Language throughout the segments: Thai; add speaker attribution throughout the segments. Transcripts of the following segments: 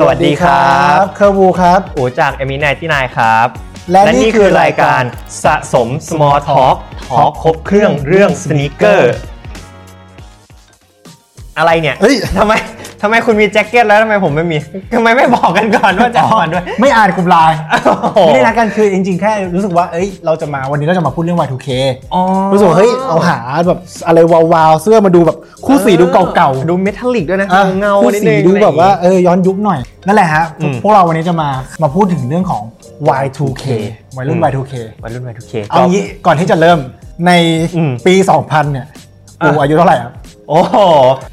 Speaker 1: สวัสดีครับ
Speaker 2: เคอร์บูครับ
Speaker 1: อูจากเอมินายที่นายครับ
Speaker 2: และนี่คือรายการ
Speaker 1: สะสม Small Talk ทอ l k ครบเครื่องเรื่องสน e เกอร์ อะไรเนี่ย
Speaker 2: เฮ้ย
Speaker 1: ทำไมทำไมคุณมีแจ็คเก็ตแล้วทำไมผมไม่มีทำไมไม่บอกกัน ก่อนว่าจะอ่อนด้วย
Speaker 2: ไม่อ่านกลุ่มไลน์
Speaker 1: โอ้โห
Speaker 2: ไม่ได้รักกันคือจริงๆ แค่รู้สึกว่าเอ้ยเราจะมาวันนี้เราจะมาพูดเรื่อง Y2K
Speaker 1: อ๋อ
Speaker 2: รู้สึกว่าเฮ้ยเอาหาแบบอะไรวาวๆ เสื้อมาดูแบบคู่สีดูเก่าๆ
Speaker 1: ดูเมทัลลิกด้วยนะ
Speaker 2: อ่ะ
Speaker 1: เงา
Speaker 2: คู่
Speaker 1: ๆนิด
Speaker 2: สี
Speaker 1: นึง
Speaker 2: ดูแบบว่าเออย้อนยุคหน่อย นั่นแหละฮะ
Speaker 1: อืม
Speaker 2: พวกเราวันนี้จะมามาพูดถึงเรื่องของ Y2K วัยรุ่น
Speaker 1: อืม
Speaker 2: Y2K
Speaker 1: วัยรุ่นวัยทุกเค
Speaker 2: เอางี้ก่อนที่จะเริ่มใน
Speaker 1: อืม
Speaker 2: ปี 2000 เนี่ย
Speaker 1: อ่ะ
Speaker 2: กูอายุเท่าไหร่ครับ
Speaker 1: โอ้โห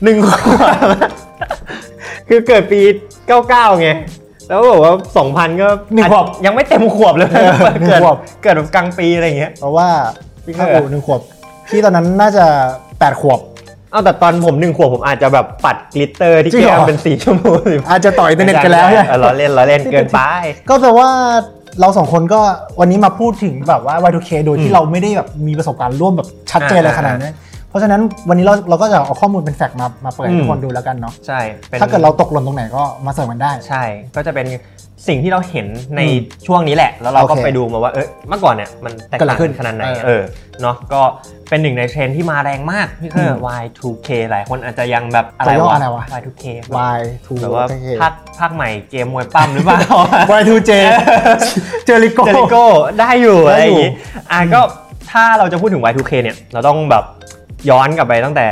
Speaker 1: หนึ่งขวบคือเกิดปี 99 ไง แล้วบอกว่า 2,000 ก็
Speaker 2: หนึ่งขวบ
Speaker 1: ยังไม่เต็มขวบเลย
Speaker 2: เออหนึ่ง
Speaker 1: เกิด
Speaker 2: ขวบ
Speaker 1: เกิดแบบกลางปีอะไรอย่างเงี้ย
Speaker 2: เพราะว่าพี่ข้าว
Speaker 1: เออ
Speaker 2: หนึ่งขวบพี่ตอนนั้นน่าจะ 8 ขวบ
Speaker 1: เอาแต่ตอนผมหนึ่งขวบผมอาจจะแบบปัดกลิตเตอร์ที่
Speaker 2: จริงเหร
Speaker 1: แก้ม
Speaker 2: อ
Speaker 1: เป็นสีชมพูสิ
Speaker 2: อาจจะต่อยอินเทอร์เน็ตกันแล้ว
Speaker 1: ใช่
Speaker 2: ใช่
Speaker 1: เออล้อเล่นล้อเล่นเกินไป
Speaker 2: ก็แปลว่าเราสองคนก็วันนี้มาพูดถึงแบบว่า Y2K โดย
Speaker 1: อื
Speaker 2: ที่
Speaker 1: ม
Speaker 2: เราไม่ได้แบบมีประสบการณ์ร่วมแบบชัดเจนอะไร
Speaker 1: อ่า
Speaker 2: ขนาดนั้น เพราะฉะนั้นวันนี้เราเราก็จะเอาข้อมูลเป็นแฟกต์มามาเปิดให้
Speaker 1: อืม
Speaker 2: ทุกคนดูแล้วกันเนาะ
Speaker 1: ใช่ป็น
Speaker 2: ถ้าเกิดเราตกหล่นตรงไหนก็มาเสริมกันได้
Speaker 1: ใช่ ก็จะเป็นสิ่งที่เราเห็นใน
Speaker 2: อืม
Speaker 1: ช่วงนี้แหละ แล้วเราก็
Speaker 2: โอเค
Speaker 1: ไปดูมาว่าเออเมื่อก่อนเนี่ยมันแตก
Speaker 2: เกิดอะไร
Speaker 1: ต่าง
Speaker 2: ขึ้น
Speaker 1: ขนาดไหน
Speaker 2: เออ
Speaker 1: เออเนาะก็เป็นหนึ่งในเทรนด์ที่มาแรงมากพี่เคอ
Speaker 2: อื
Speaker 1: ร์ Y2K หลายคนอาจจะยังแบบอะไร
Speaker 2: ตัวย่อ
Speaker 1: วะ
Speaker 2: อะไรวะ
Speaker 1: Y2K
Speaker 2: Y2K
Speaker 1: แบบว่าภาคภาคใหม่เกมมวยปั้มหรือ เปล่า
Speaker 2: Y2J เจอริโก้
Speaker 1: เจลิโก้ได้อยู่
Speaker 2: ได้
Speaker 1: อะไรอ
Speaker 2: อยู่
Speaker 1: ย่างงี้อ่ะก็ถ้าเราจะพูดถึง Y2K เนี่ยเราต้องแบบย้อนกลับไปตั้งแต่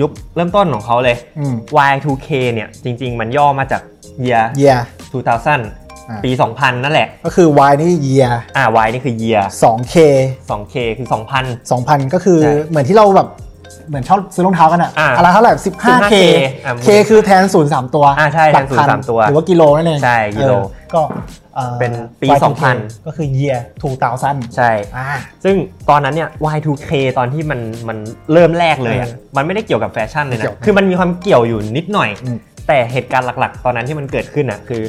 Speaker 1: ยุคเริ่มต้นของเขาเลย
Speaker 2: อืม
Speaker 1: Y2K เนี่ยจริง ๆ มันย่อมาจาก year
Speaker 2: เยีย อ่า
Speaker 1: 2000 ปี 2000 นั่นแหละ
Speaker 2: ก็คือ Y นี่เยีย
Speaker 1: อ่า Y นี่คือ year
Speaker 2: 2K
Speaker 1: 2K คือ 2000
Speaker 2: 2,000 ก็คือ
Speaker 1: ใช่
Speaker 2: เหมือนที่เราแบบเหมือนชอบซื้อรองเท้ากันอะ
Speaker 1: อ่า
Speaker 2: อะไรเท่าไหร่ 15K
Speaker 1: อ่า
Speaker 2: K คือแทน 0 3 ตัว
Speaker 1: อ่าใช่
Speaker 2: หลัก
Speaker 1: แทน
Speaker 2: พั
Speaker 1: 0สามตัว
Speaker 2: หรือว่ากิโลนั่นเอง
Speaker 1: ใช่กิโล
Speaker 2: เออก็อ่อ
Speaker 1: เป็นปี
Speaker 2: Y2K
Speaker 1: 2000
Speaker 2: ก็คือ year 2000
Speaker 1: ใช่
Speaker 2: อ่า
Speaker 1: ซึ่งตอนนั้นเนี่ย Y2K ตอนที่มันมันเริ่มแรกเลยอะ
Speaker 2: เออ
Speaker 1: มันไม่ได้เกี่ยวกับแฟชั่นเลย
Speaker 2: ไม่เกี่
Speaker 1: นะ
Speaker 2: ยว
Speaker 1: คือมันมีความเกี่ยวอยู่นิดหน่อย
Speaker 2: อืม
Speaker 1: แต่เหตุการณ์หลักๆ ตอนนั้นที่มันเกิดขึ้นอ่ะคือ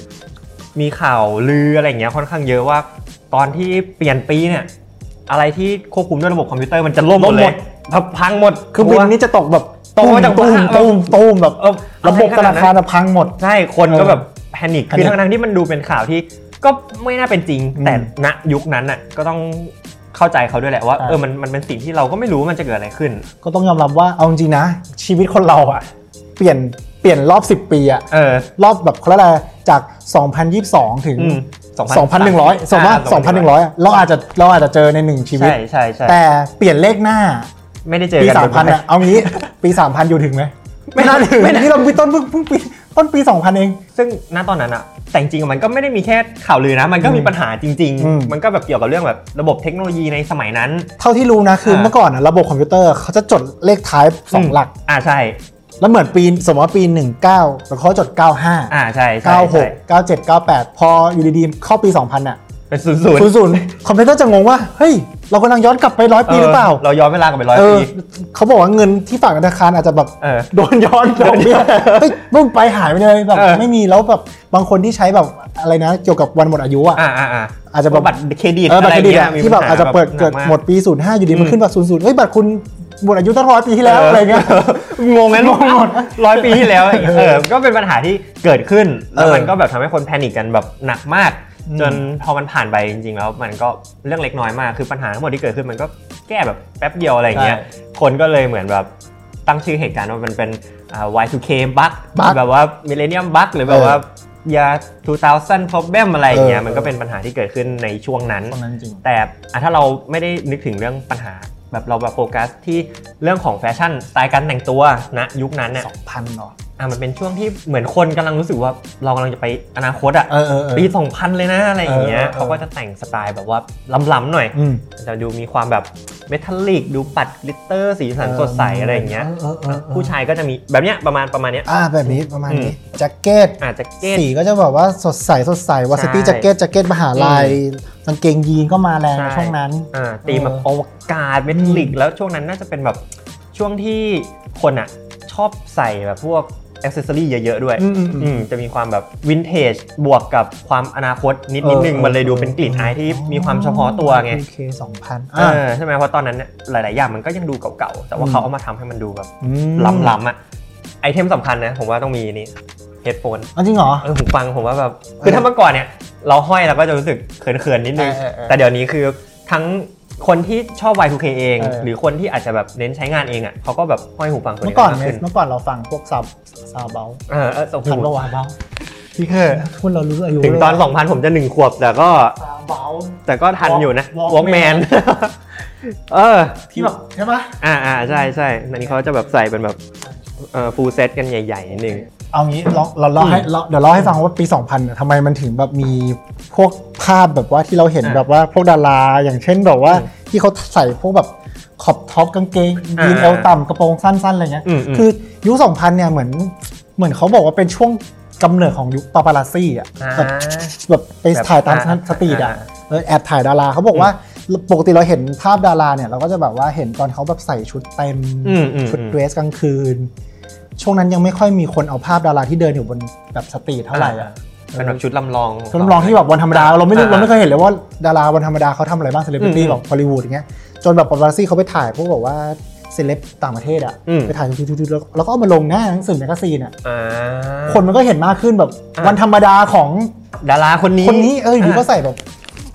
Speaker 1: มีข่าวลืออะไรอย่างเงี้ยค่อนข้างเยอะว่า ตอนที่เปลี่ยนปีเนี่ยอะไรที่ควบคุมด้วยระบบคอมพิวเตอร์มันจะล่มหมดเลยแบบพังหมด
Speaker 2: คือบิน
Speaker 1: ตัว
Speaker 2: นี่จะตกแบบ
Speaker 1: ตกมาจาก
Speaker 2: ตูม
Speaker 1: ฟ้า
Speaker 2: ตูมตูมแบบ
Speaker 1: เอออ
Speaker 2: ระบบธนาคาร
Speaker 1: อะไขด
Speaker 2: อะพังหมด
Speaker 1: ใช่คนก็
Speaker 2: เออ
Speaker 1: แบบแพนิ
Speaker 2: panic
Speaker 1: คคือทั้งๆที่มันดูเป็นข่าวที่ก็ไม่น่าเป็นจริง
Speaker 2: อืม
Speaker 1: แต่ณยุคนั้นอ่ะก็ต้องเข้าใจเขาด้วยแหละว่า
Speaker 2: ใช่
Speaker 1: เออมันมันเป็นสิ่งที่เราก็ไม่รู้ว่ามันจะเกิดอะไรขึ้น
Speaker 2: ก็ต้องยอมรับว่าเอาจริงๆนะ ชีวิตคนเราอะเปลี่ยนเปลี่ยนรอบ 10 ปีอะ
Speaker 1: เออ
Speaker 2: รอบแบบเขาเรียกอะไรจาก 2022 ถึง
Speaker 1: อืม
Speaker 2: 2,100สมมติว่า2,100 เราอาจจะเราอาจจะเจอในหนึ่งชีวิต
Speaker 1: ใช่ใช่ใช่
Speaker 2: แต่เปลี่ยนเลขหน้า
Speaker 1: ไม่ได้เจอ
Speaker 2: ปี
Speaker 1: กัน
Speaker 2: 3,000
Speaker 1: บ่
Speaker 2: อะ
Speaker 1: ย
Speaker 2: เอางี้ปี 3,000 อยู่ถึงไหม
Speaker 1: ไม่น่าถึง
Speaker 2: ไม่น่านี่เราปีต้นเพิ่งเพิ่งปีต้นปี 2,000 เอง
Speaker 1: ๆซึ่งณตอนนั้นอะแต่จริงๆมันก็ไม่ได้มีแค่ข่าวลือนะ มันก็มีปัญหาจริง
Speaker 2: อืม
Speaker 1: ๆ มันก็แบบเกี่ยวกับเรื่องแบบระบบเทคโนโลยีในสมัยนั้น
Speaker 2: เท่าที่รู้นะคือ
Speaker 1: อ่า
Speaker 2: เมื่อก่อนอะระบบคอมพิวเตอร์เขาจะจดเลขท้าย
Speaker 1: ม
Speaker 2: 2 หลัก
Speaker 1: อ่าใช่
Speaker 2: แล้วเหมือนปีสมมติว่าปี 19แล้วเขาจด 95
Speaker 1: อ่าใช่ใช่
Speaker 2: 96
Speaker 1: ใช่
Speaker 2: 97 98 พออยู่ดีๆเข้าปี 2000อะ
Speaker 1: เป็นศูนย์ศูนย์
Speaker 2: ศูนย์ศูนย์คอมพิวเตอร์จะงงว่าเฮ้ยเรากำลังย้อนกลับไปร้อยปีหรือเปล่า
Speaker 1: เราย้อนเวลากลับไปร้อย
Speaker 2: เออ
Speaker 1: ปี
Speaker 2: เขาบอกว่าเงินที่ฝากธนาคารอาจจะแบบ
Speaker 1: เออ
Speaker 2: โดนย้อนดอกเบี้ยเฮ้ยมึงไปหายไปเลยแบบ
Speaker 1: เออ
Speaker 2: ไม่มีแล้วแบบบางคนที่ใช้แบบอะไรนะ เกี่ยวกับวันหมดอายุอ่ะ
Speaker 1: อ่าอ่าอ่า
Speaker 2: อาจจะแบบ
Speaker 1: บัตรเครดิต
Speaker 2: เออบัตรเครดิต
Speaker 1: อะ
Speaker 2: อะ
Speaker 1: ไงี้ย
Speaker 2: ที่แบบ
Speaker 1: มี
Speaker 2: อาจจะเปิดเกิด
Speaker 1: นัา
Speaker 2: หมดปี 05 อยู่ดีมั
Speaker 1: อื
Speaker 2: น
Speaker 1: ม
Speaker 2: ขึ้นแบบ00เฮ้ยบัตรคุณหมดอายุตั้งร้อยปีที่แล้วอะไรเงี้ย
Speaker 1: งงไหมลูก
Speaker 2: งงหมด
Speaker 1: ร้อยปีที่แล้วอะไรอย่างเงี้ยเออก็เป็นปัญหาที่เกิดขึ้น แล้ว
Speaker 2: เออ
Speaker 1: มันก็แบบทำให้คนแพนิคกันแบบหนักมาก
Speaker 2: อืม
Speaker 1: จนพอมันผ่านไปจริงๆ แล้วมันก็เรื่องเล็กน้อยมาก คือปัญหาทั้งหมดที่เกิดขึ้นมันก็แก้แบบแป๊บเดียวอะไรอย่างเงี้ย คนก็เลยเหมือนแบบตั้งชื่อเหตุการณ์ว่ามันเป็นอ่า Y2K bug
Speaker 2: Bug
Speaker 1: แบบว่า Millennium bug หรือแบบว่ายา2000 problem อะไรอย่างเงี้ย
Speaker 2: เออ
Speaker 1: มันก็เป็นปัญหาที่เกิดขึ้นในช่วงนั้น
Speaker 2: ตรงนั้นจริง
Speaker 1: แต่อ่ะถ้าเราไม่ได้นึกถึงเรื่องปัญหา แบบเราแบบโฟกัสที่เรื่องของแฟชั่นสไตล์การแต่งตัวณยุคนั้นเนี่ย
Speaker 2: 2,000เนาะ
Speaker 1: อ่ะมันเป็นช่วงที่เหมือนคนกำลังรู้สึกว่าเรากำลังจะไปอนาคตอ่ะ
Speaker 2: เออเออเออ
Speaker 1: ปี2000 เลยนะอะไรอย่างเงี้ย
Speaker 2: เออเออเออ
Speaker 1: เขาก็จะแต่งสไตล์แบบว่าล้ำๆหน่อย
Speaker 2: อืม
Speaker 1: จะดูมีความแบบเมทัลลิกดูปัดกลิตเตอร์สีสันสดใสอะไรอย่างเงี้ย
Speaker 2: ออเออเออ
Speaker 1: ผู้ชายก็จะมีแบบเนี้ยประมาณประมาณเนี้ย
Speaker 2: อ่าแบบนี้ประมาณนี้
Speaker 1: อื
Speaker 2: แจ็คเก็ต
Speaker 1: อาจจะเก้
Speaker 2: สีก็จะแบบว่าสดใสสดใสวาสตี้
Speaker 1: ใช่
Speaker 2: แจ็คเก็ตแจ็คเก็ตมหาลัยกางเกงยีนก็มาแรง
Speaker 1: ใช่
Speaker 2: ช่วงนั้น
Speaker 1: อ่าตีมแบบ
Speaker 2: เอ
Speaker 1: อ
Speaker 2: อ
Speaker 1: วกาศเมทัลลิก แล้วช่วงนั้นน่าจะเป็นแบบช่วงที่คนอ่ะชอบใส่แบบพวกอ c เซสซอรี่เยอะ ๆ ด้วย
Speaker 2: อืมอืมอืม
Speaker 1: อืมจะมีความแบบวินเทจบวกกับความอนาคตนิด
Speaker 2: เอ
Speaker 1: นิด
Speaker 2: อ
Speaker 1: นึง
Speaker 2: เออ
Speaker 1: มันเลยดูเป็น
Speaker 2: เออ
Speaker 1: กลิ่นอายที่มีความเฉพาะตัวไง
Speaker 2: โอเคสองพัน
Speaker 1: เออใช่ไหมเพราะตอนนั้นเนี่ยหลาย ๆ อย่างมันก็ยังดูเก่า ๆ แต่ว่าเขาเอามาทำให้มันดูแบบล้ำๆอ่ะไอเทมสำคัญนะ ผมว่าต้องมีนี่ เฮดโฟน
Speaker 2: เอาจริงเหรอ
Speaker 1: เออหูฟังผมว่าแบบ
Speaker 2: เออ
Speaker 1: คือถ้าเมื่อก่อนเนี่ย เราห้อยเราก็จะรู้สึกเขินๆนิดนึง
Speaker 2: เออเออเออ
Speaker 1: แต่เดี๋ยวนี้คือทั้งคนที่ชอบ Y2K เอง
Speaker 2: เออ
Speaker 1: หรือคนที่อาจจะแบบเน้นใช้งานเองอ่ะเขาก็แบบห้อยหูฟังตัว
Speaker 2: เมื่
Speaker 1: นี้
Speaker 2: อก่อน
Speaker 1: มากขึ้น
Speaker 2: เมื่อก่อนเราฟังพวกซาวซาวเบล
Speaker 1: เออเออโอ้โห
Speaker 2: คันโลวาเบล
Speaker 1: พี่เคย
Speaker 2: คุณเรารู้อายุ
Speaker 1: ถึงตอน
Speaker 2: เลยะ
Speaker 1: 2000 ผมจะ 1 ขวบ แต่ก็
Speaker 2: ซาวเบล
Speaker 1: แต่ก็ทันอยู่นะ
Speaker 2: Walk-
Speaker 1: วอล์กแมน
Speaker 2: Walkman
Speaker 1: เออ
Speaker 2: ที่แบบใช่ปะ
Speaker 1: อ่าอ่าใช่ใช่อันนี้เขาจะแบบใส่เป็นแบบเอ่อฟูลเซตกันใหญ่ ๆนิดนึง
Speaker 2: เอางี้เราเราเล่าให้เราเดี๋ยวเล่าให้ฟังว่าปี 2000น่ะทำไมมันถึงแบบมีพวกภาพแบบว่าที่เราเห็น
Speaker 1: อ่ะ
Speaker 2: แบบว่าพวกดาราอย่างเช่นแบบว่า
Speaker 1: อืม
Speaker 2: ที่เขาใส่พวกแบบขอบท็อปกางเกงยีน
Speaker 1: อ่า
Speaker 2: เอวต่ำกระโปรงสั้นๆอะไรเงี้ย
Speaker 1: อืมอืม
Speaker 2: คือยุค2000เนี่ยเหมือนเหมือนเขาบอกว่าเป็นช่วงกำเนิดของยุคปาปาราซี่อ่ะ
Speaker 1: อ่า
Speaker 2: แบบ แบบไปถ่ายตาม
Speaker 1: แบบ
Speaker 2: สตรีทอ่ะ
Speaker 1: อ่า
Speaker 2: เออแอบถ่ายดาราเขาบอกว่าปกติเราเห็นภาพดาราเนี่ย เราก็จะแบบว่าเห็นตอนเขาแบบใส่ชุดเต็ม
Speaker 1: อืมอืม
Speaker 2: ชุด
Speaker 1: อืม
Speaker 2: เดรสกลางคืน ช่วงนั้นยังไม่ค่อยมีคนเอาภาพดาราที่เดินอยู่บนแบบสตรีทเท่าไหร่อ่ะ
Speaker 1: เป็นแบบชุดลำลอง
Speaker 2: ชุดลำลองที่แบบวันธรรมดา เราไม่รู้
Speaker 1: อ่า
Speaker 2: เราไม่เคยเห็นเลยว่าดาราวันธรรมดาเขาทำอะไรบ้างเซเลบริตี้
Speaker 1: อืม
Speaker 2: แบบฮอลลีวูดอย่างเงี้ยจนแบบปาปาราซี่เขาไปถ่ายพวกแบบว่าเซเลบต่างประเทศอ่ะ
Speaker 1: อืม
Speaker 2: ไปถ่ายทุกๆๆแล้วแล้วก็เอามาลงหน้าหนังสือแมกกาซีนอ่ะ
Speaker 1: อ่า
Speaker 2: คนมันก็เห็นมากขึ้นแบบ
Speaker 1: อ่า
Speaker 2: วันธรรมดาของ
Speaker 1: ดาราคนนี้
Speaker 2: คนนี้เอออยู่ก็ใส่แบบ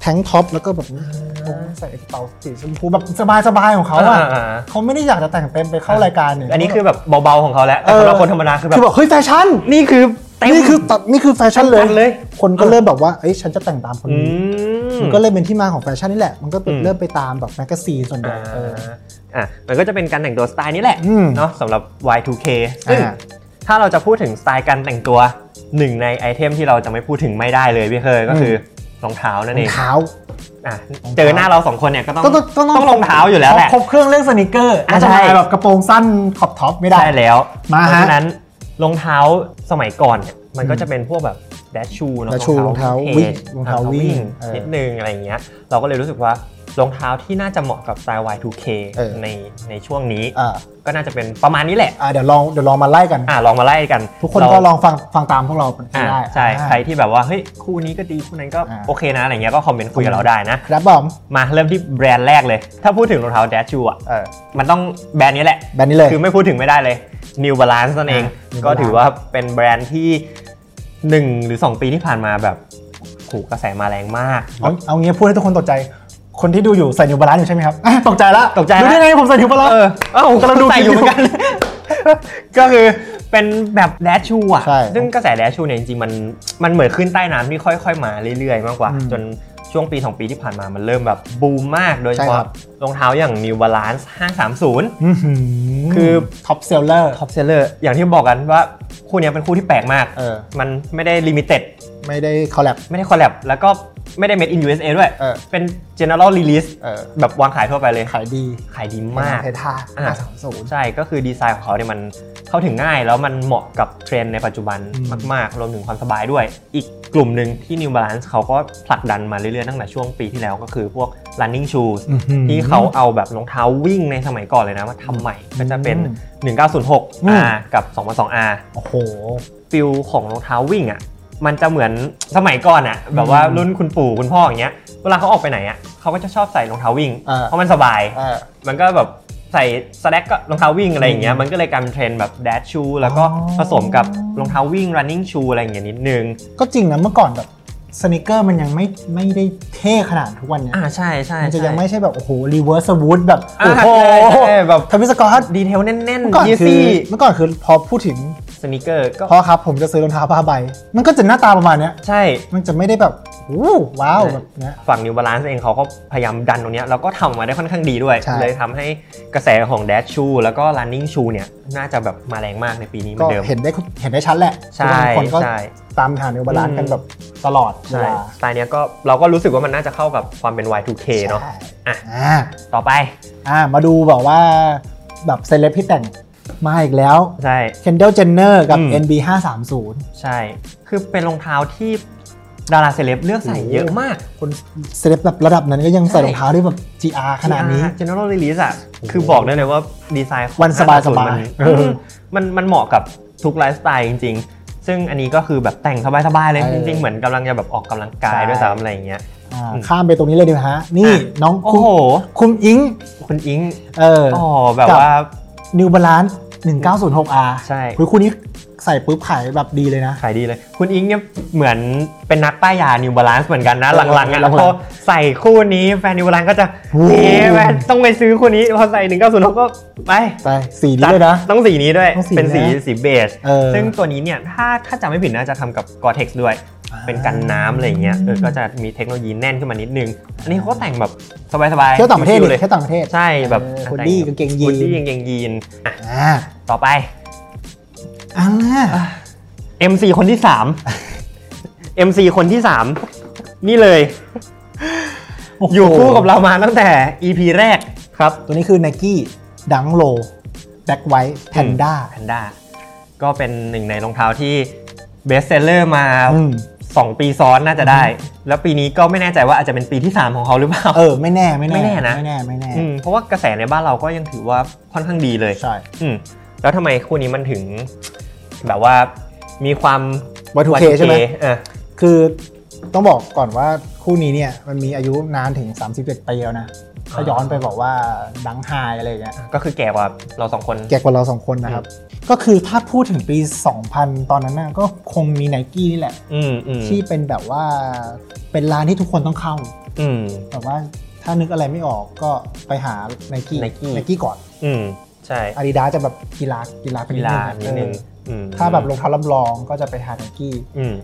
Speaker 2: แท้งท็อปแล้วก็แบบใส่กระเป๋าสีชมพูแบบสบายๆของเขาอะ
Speaker 1: อ่า
Speaker 2: เขาไม่ได้อยากจะแต่งเต็มไปเข้ารายการเนี่ย
Speaker 1: อันนี้คือแบบเบาๆของเขาแล้วแต่สำหรับคนธรรมดาคือแบ
Speaker 2: คื
Speaker 1: บ
Speaker 2: อแบบเฮ้ยแฟชั่น
Speaker 1: นี่คือเต็ม
Speaker 2: นี่คือตัดนี่คือแฟชั่นเล
Speaker 1: จั
Speaker 2: ย
Speaker 1: ดเลย
Speaker 2: คนก็
Speaker 1: เออ
Speaker 2: เริ่มแบบว่าเอ้ยฉันจะแต่งตามคน
Speaker 1: อื
Speaker 2: นี้
Speaker 1: ม
Speaker 2: มันก็เลยเป็นที่มาของแฟชั่นนี่แหละ มันก็เป็น
Speaker 1: อืม
Speaker 2: เริ่มไปตามแบบแมกกาซีนส่วนใหญ่
Speaker 1: อ่า
Speaker 2: เออ
Speaker 1: อ่ะมันก็จะเป็นการแต่งตัวสไตล์นี้แหละ
Speaker 2: อืม
Speaker 1: เนาะสำหรับ Y2K ซึ่ง
Speaker 2: อ่า
Speaker 1: ถ้าเราจะพูดถึงสไตล์การแต่งตัวหนึ่งในไอเทมที่เราจะไม่พูดถึงไม่ได้เลยพี่เคยก็คือรองเท้านั่น
Speaker 2: รอ
Speaker 1: เอ
Speaker 2: ง
Speaker 1: ง
Speaker 2: เท้า
Speaker 1: อ่ะ
Speaker 2: รองเท้า
Speaker 1: เจอหน้าเราสองคนเนี่ยก็ต้อง
Speaker 2: ก็ต้อง
Speaker 1: ต้องรองเท้าอยู่แล้วแหละ
Speaker 2: ครบเครื่องเรื่องสนิเกอร์
Speaker 1: อ่า
Speaker 2: อาจจะ
Speaker 1: ใช่
Speaker 2: มาแบบกระโปรงสั้นขอบท็อปไม่ได้
Speaker 1: ใช่แล้ว
Speaker 2: มา
Speaker 1: เพ
Speaker 2: ฮะ
Speaker 1: ราะฉะนั้นรองเท้าสมัยก่อนเนี่ยมันก็
Speaker 2: อืม
Speaker 1: จะเป็นพวกแบบแดชชูเนาะ
Speaker 2: dash shoe รองเท้าวิ่งรองเท้าวิ่งเออ
Speaker 1: นิดนึงอะไรอย่างเงี้ยเราก็เลยรู้สึกว่ารองเท้าที่น่าจะเหมาะกับสไตล์ Y2K
Speaker 2: เออ
Speaker 1: ในในช่วงนี้
Speaker 2: อ่า
Speaker 1: ก็น่าจะเป็นประมาณนี้แหละ
Speaker 2: อ่าเดี๋ยวลองเดี๋ยวลองมาไล่กัน
Speaker 1: อ่ะลองมาไล่กัน
Speaker 2: ทุกคน
Speaker 1: เรา
Speaker 2: ก็ลองฟังฟังตามพวกเรา
Speaker 1: อ่ะ
Speaker 2: ได้
Speaker 1: ใช่
Speaker 2: อ่า
Speaker 1: ใครที่แบบว่าเฮ้ยคู่นี้ก็ดีคู่นั้นก็
Speaker 2: อ่า
Speaker 1: โอเคนะอะไรเงี้ยก็คอมเมนต์คุยกับเราได้นะ
Speaker 2: ครับบอม
Speaker 1: มาเริ่มที่แบรนด์แรกเลย ถ้าพูดถึงรองเท้าแดชชูอ่ะ
Speaker 2: เออ
Speaker 1: มันต้องแบรนด์นี้แหละ
Speaker 2: แบรนด์นี้เลย
Speaker 1: คือไม่พูดถึงไม่ได้เลย New Balance นั่นเอง
Speaker 2: อ่ะ New
Speaker 1: ก็ถือว่าเป็นแบรนด์ที่ 1 หรือ 2 ปีที่ผ่านมาแบบโหกระแสมาแรงมาก
Speaker 2: เอาเอางี้พูดให้ทุกคนตกใจ คนที่ดูอยู่ใส่นิวบาลานซ์อยู่ใช่ไหมครับอ่ะตกใจละ
Speaker 1: ตกใจละ
Speaker 2: รู้ได้ไงผมใส่นิวบาลานซ์
Speaker 1: เออเอ้ากำลังดู
Speaker 2: ใส่
Speaker 1: ใส่อ
Speaker 2: อยู่
Speaker 1: ยู่เหมื อนกัน ก็คือเป็นแบบแดชชูอ่ะ
Speaker 2: ใช่
Speaker 1: ซึ่งกระแสแดชชูเนี่ยจริงๆ มันมันเหมือนขึ้นใต้น้ำที่ค่อย ๆ มาเรื่อยๆ มากกว่า
Speaker 2: อืม
Speaker 1: จนช่วงปี 2 ปีที่ผ่านมามันเริ่มแบบบูมมาก โดยเฉ
Speaker 2: ใช่ครั
Speaker 1: พาะ
Speaker 2: บ
Speaker 1: รองเท้าอย่าง New Balance 530
Speaker 2: อื้อหือ
Speaker 1: คือ
Speaker 2: ท็อปเซลเลอร์
Speaker 1: ท็อปเซลเลอร์อย่างที่บอกกันว่าคู่เนี้ยเป็นคู่ที่แปลกมาก
Speaker 2: เออ
Speaker 1: มันไม่ได้ลิมิเต็ด
Speaker 2: ไม่ได้คอลแลบ
Speaker 1: ไม่ได้คอลแลบแล้วก็ไม่ได้ made in USA ด้วย
Speaker 2: เออ
Speaker 1: เป็น general release
Speaker 2: เออ
Speaker 1: แบบวางขายทั่วไปเลย
Speaker 2: ขายดี
Speaker 1: ขายดีมาก
Speaker 2: เพทา
Speaker 1: อ่ะ
Speaker 2: สามศูนย์
Speaker 1: ใช่ ก็คือดีไซน์ของเขาเนี่ยมันเข้าถึงง่ายแล้วมันเหมาะกับเทรนด์ในปัจจุบัน
Speaker 2: อืม
Speaker 1: มาก ๆ รวมถึงความสบายด้วย อีกกลุ่มหนึ่งที่ New Balance เขาก็ผลักดันมาเรื่อย ๆ ตั้งแต่ช่วงปีที่แล้วก็คือพวก running shoes ที่เขาเอาแบบรองเท้าวิ่งในสมัยก่อนเลยนะมาทำใหม่ก็จะเป็น
Speaker 2: อืม
Speaker 1: 1906R กับ 2002R
Speaker 2: โอ้โห
Speaker 1: ฟิลของรองเท้าวิ่งอ่ะมันจะเหมือนสมัยก่อนอ่ะแบบว่ารุ่นคุณปู่คุณพ่ออย่างเงี้ยเวลาเขาออกไปไหนอ่ะเขาก็จะชอบใส่รองเท้าวิ่ง
Speaker 2: อ่า
Speaker 1: เพราะมันสบาย
Speaker 2: เออ
Speaker 1: มันก็แบบใส่สแต็กก็รองเท้าวิ่งอะไรอย่างเงี้ย
Speaker 2: อืม
Speaker 1: มันก็เลยกลายเป็นเทรนด์แบบแดชชูแล้วก็
Speaker 2: อ๋อ
Speaker 1: ผสมกับรองเท้าวิ่ง running shoe อะไรอย่างเงี้ยนิดนึง
Speaker 2: ก็จริงนะเมื่อก่อนแบบสนิเกอร์มันยังไม่ไม่ได้เท่ขนาดทุกวันเนี่ย
Speaker 1: อ่าใช่ใช่
Speaker 2: มันจะ
Speaker 1: ใช่
Speaker 2: ยังไม่ใช่แบบโอ้โหรีเวิร์สวูดแบบ
Speaker 1: อ่า
Speaker 2: โอ้โห
Speaker 1: ใช่ใช่แบบ
Speaker 2: ทวิสกอต
Speaker 1: ดีเทลแน่น
Speaker 2: เมื่อก่อน
Speaker 1: ๆยี
Speaker 2: คือ
Speaker 1: ซี่
Speaker 2: เมื่อก่อนคือพอพูดถึง
Speaker 1: สนิเกอร์ก็
Speaker 2: พ่อครับผมจะซื้อรองเท้าผ้าใบ มันก็จะหน้าตาประมาณเนี้ย
Speaker 1: ใช่
Speaker 2: มันจะไม่ได้แบบอู้ว้าว
Speaker 1: ใช่
Speaker 2: แบบเนี้ย
Speaker 1: ฝั่ง New Balance เองเขาก็พยายามดันตรงเนี้ยแล้วก็ทำมาได้ค่อนข้างดีด้วย
Speaker 2: ใช่
Speaker 1: เลยทำให้กระแสของ Dash Shoe แล้วก็ Running Shoe เนี่ยน่าจะแบบมาแรงมากในปีนี้เหมื
Speaker 2: ก็
Speaker 1: อนเดิม
Speaker 2: เห็นได้เห็นได้ชัดแหละ
Speaker 1: ใช่
Speaker 2: ทุกคนก็
Speaker 1: ใช่
Speaker 2: ตามฐานนิวบาลาน
Speaker 1: อืม
Speaker 2: กันแบบตลอดเว
Speaker 1: ใช่
Speaker 2: ลา
Speaker 1: สไตล์เนี้ยก็เราก็รู้สึกว่ามันน่าจะเข้ากับความเป็น Y2K เนาะ
Speaker 2: ใช่
Speaker 1: อ่ะ
Speaker 2: อ่า
Speaker 1: ต่อไป
Speaker 2: อ่ามาดูแบบว่าแบบเซเลบที่แต่งมาอีกแล้ว
Speaker 1: ใช่
Speaker 2: Kendall Jenner กับ
Speaker 1: อืม
Speaker 2: NB 530
Speaker 1: ใช่ คือเป็นรองเท้าที่ดาราเซเลบเลือกใส่เยอะมาก
Speaker 2: คนเซเลบแบบระดับนั้นก็ยังใส่
Speaker 1: ใช่
Speaker 2: รองเท้าที่แบบ GR ขนาดนี้
Speaker 1: General Release อ่ะ
Speaker 2: โอ้โห
Speaker 1: คือบอกได้เลยว่าดีไซน์ของ
Speaker 2: วันสบายๆ
Speaker 1: 530มัน
Speaker 2: เออ
Speaker 1: มันมันเหมาะกับทุกไลฟ์สไตล์จริง ๆ ซึ่งอันนี้ก็คือแบบแต่งสบายๆเลย
Speaker 2: เออ
Speaker 1: จริง ๆ เหมือนกำลังจะแบบออกกำลังกาย
Speaker 2: ใช่
Speaker 1: ด้วยซ้ำอะไรอย่างเงี้ย
Speaker 2: อ่า
Speaker 1: อืม
Speaker 2: ข้ามไปตรงนี้เลยดีกว่าฮะนี่
Speaker 1: อ่ะ
Speaker 2: น้อง
Speaker 1: โอ้
Speaker 2: คุม
Speaker 1: โห
Speaker 2: คุมอิง
Speaker 1: คุณอิง
Speaker 2: เออ
Speaker 1: อ๋อแบบ
Speaker 2: กับ
Speaker 1: ว่า
Speaker 2: นิวบาลานซ์ 1906R
Speaker 1: ใช่
Speaker 2: คุยคู่นี้ ใส่ปุ๊บขายแบบดีเลยนะ
Speaker 1: ขายดีเลย คุณอิงเนี่ยเหมือนเป็นนักป้ายยานิวบาลานซ์เหมือนกันนะ
Speaker 2: เออ
Speaker 1: หลังๆอ่ะ
Speaker 2: หลังๆ
Speaker 1: พอใส่คู่นี้แฟนนิวบาลานซ์ก็จะ
Speaker 2: โอ้
Speaker 1: เอ๊ะแฟนต้องไปซื้อคู่นี้ พอใส่หนึ่งเก้าศูนย์ก็ไป
Speaker 2: ใช่สีนี้เลยนะ
Speaker 1: ต้องสีนี้ด้วย
Speaker 2: ต้องสี
Speaker 1: เป็นสี
Speaker 2: นะ
Speaker 1: สีเบจ
Speaker 2: เออ
Speaker 1: ซึ่งตัวนี้เนี่ยถ้าถ้าจำไม่ผิดน่าจะทำกับกอเท็กซ์ด้วย เป็นกันน้ำอะไรอย่างเงี้ยเออก็จะมีเทคโนโลยีแน่นขึ้นมานิดนึง อันนี้เขาก็แต่งแบบสบายๆ
Speaker 2: เที่ยวต่างประเทศ
Speaker 1: ชิ
Speaker 2: ดิ
Speaker 1: วๆเลย
Speaker 2: เที่ยวต่างประเทศ
Speaker 1: ใช่แบบ
Speaker 2: เออฮูดดี้กางเกงยีน
Speaker 1: ฮูดดี้กางเกงยีนอ่ะ
Speaker 2: อ่า
Speaker 1: ต่อไป
Speaker 2: อ่า
Speaker 1: MC คนที่ สาม MC คนที่สามนี่เลย
Speaker 2: โโห
Speaker 1: อยู่คู่กับเรามาตั้งแต่ EP แรกครับ
Speaker 2: ตัวนี้คือ n นกี้ดังโลแบ็คไวท์แพนด้า
Speaker 1: แพนด้าก็เป็นหนึ่งในรองเท้าที่เบสเซลเลอร์มา
Speaker 2: อืม
Speaker 1: 2 ปีซ้อนน่าจะได้ แล้วปีนี้ก็ไม่แน่ใจว่าอาจจะเป็นปีที่ 3 ของเขาหรือเปล่า
Speaker 2: เออ ไม่แน่ไม่แน่
Speaker 1: ไม่แน่นะ
Speaker 2: ไม่แน่ไม่แน่
Speaker 1: อืมเพราะว่ากระแสในบ้านเราก็ยังถือว่าค่อนข้างดีเลย
Speaker 2: ใช่
Speaker 1: อืมแล้วทำไมคู่นี้มันถึง แบบว่ามีความ
Speaker 2: วัตถุเคใช่ไหม
Speaker 1: อ่ะ
Speaker 2: คือต้องบอกก่อนว่าคู่นี้เนี่ยมันมีอายุนานถึง 37 ปีแล้วนะ ถ้าย้อนไปบอกว่าดังไฮอะไรอย่างเงี้ย
Speaker 1: ก็คือแก่กว่าเราสองคน
Speaker 2: แก่กว่าเราสองคนนะครับ ก็คือถ้าพูดถึงปี 2000 ตอนนั้นน่ะก็คงมีไนกี้นี่แหละ
Speaker 1: อืมอืม
Speaker 2: ที่เป็นแบบว่าเป็นร้านที่ทุกคนต้องเข้า
Speaker 1: อืม
Speaker 2: แต่ว่าถ้านึกอะไรไม่ออกก็ไปหาไนกี้
Speaker 1: Nike
Speaker 2: ไนกี้ก่อน
Speaker 1: อืมใช่
Speaker 2: อาดิดาจะแบบกีฬากีฬาเป็น
Speaker 1: กีฬานิดนึง
Speaker 2: เออ
Speaker 1: ม
Speaker 2: ถ้าแบบรองเท้าลำลองก็จะไปหาไนกี้
Speaker 1: อืม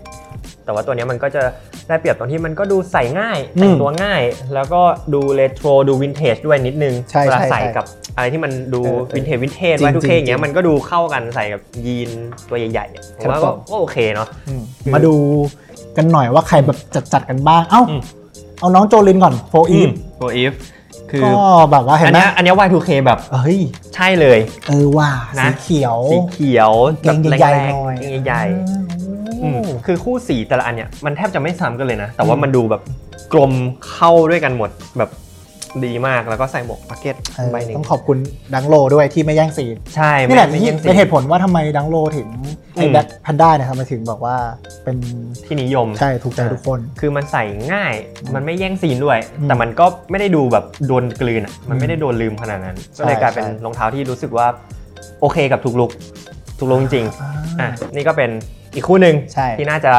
Speaker 1: แต่ว่าตัวเนี้ยมันก็จะได้เปรียบตรงที่มันก็ดูใส่ง่าย
Speaker 2: อืม
Speaker 1: แต่งตัวง่าย แล้วก็ดูเรโทรดูวินเทจด้วยนิดนึง
Speaker 2: ใช่
Speaker 1: เวลา
Speaker 2: ใช่
Speaker 1: ใส่กับอะไรที่มันดู
Speaker 2: เออเออ
Speaker 1: วินเทจวินเทจ
Speaker 2: จริง
Speaker 1: ไว้ทุก
Speaker 2: จริง
Speaker 1: เคอย่างเงี้
Speaker 2: จริ
Speaker 1: ย
Speaker 2: ง
Speaker 1: มันก็ดูเข้ากันใส่กับยีนตัวใหญ่ๆอะผมว่า
Speaker 2: ครั
Speaker 1: ก็
Speaker 2: บผม
Speaker 1: ก็โอเคเนาะ
Speaker 2: อืมมาดูกันหน่อยว่าใครแบบจัดจัดๆกันบ้าง เอ้า
Speaker 1: อืม
Speaker 2: เอาน้องโจลินก่อนโฟอีฟ
Speaker 1: ตัวอีฟคือ
Speaker 2: ก็แบบว่าเห็
Speaker 1: อั
Speaker 2: นไห
Speaker 1: น
Speaker 2: ม
Speaker 1: เนี้ยอันเนี้ย Y2K แบบ
Speaker 2: เฮ้ย
Speaker 1: ใช่เลย
Speaker 2: เออว่ะ
Speaker 1: นะ
Speaker 2: สีเขียว
Speaker 1: สีเขียว
Speaker 2: เกงใหญ่ๆหน่อย
Speaker 1: เกงใหญ่ๆ
Speaker 2: อืม
Speaker 1: คือคู่สีแต่ละอันเนี่ยมันแทบจะไม่ซ้ำกันเลยนะ แต่ว่า
Speaker 2: อืม
Speaker 1: มันดูแบบกลมเข้าด้วยกันหมดแบบดีมากแล้วก็ใส่หมวกพ็กเก็ต
Speaker 2: เออ
Speaker 1: ใบหนึ่ง
Speaker 2: ต้องขอบคุณดังโลด้วยที่ไม่แย่งซีน
Speaker 1: ใช่ไม่
Speaker 2: นี่แหละ
Speaker 1: ไม่
Speaker 2: ที่
Speaker 1: แย่งสี
Speaker 2: เป็นเหตุผลว่าทำไมดังโลถึงไอ้
Speaker 1: อืม
Speaker 2: แบ็คแพันด้าเนี่ยทำไมถึงบอกว่าเป็น
Speaker 1: ที่นิยม
Speaker 2: ใช่ถูกใจทุกคน
Speaker 1: คือมันใส่ง่ายมันไม่แย่งซีนด้วย
Speaker 2: อืม
Speaker 1: แต่มันก็ไม่ได้ดูแบบโดนกลืนอะมัน
Speaker 2: อื
Speaker 1: ไม่
Speaker 2: ม
Speaker 1: ได้โดนลืมขนาดนั้น
Speaker 2: ใช่
Speaker 1: ก็เลยกลายเป็น
Speaker 2: ใช่
Speaker 1: รองเท้าที่รู้สึกว่าโอเคกับทุกลุกทุกลุกจริง
Speaker 2: อ่า
Speaker 1: ๆอ่ะนี่ก็เป็นอีกคู่หนึ่ง
Speaker 2: ใช่
Speaker 1: ที่น่าจะ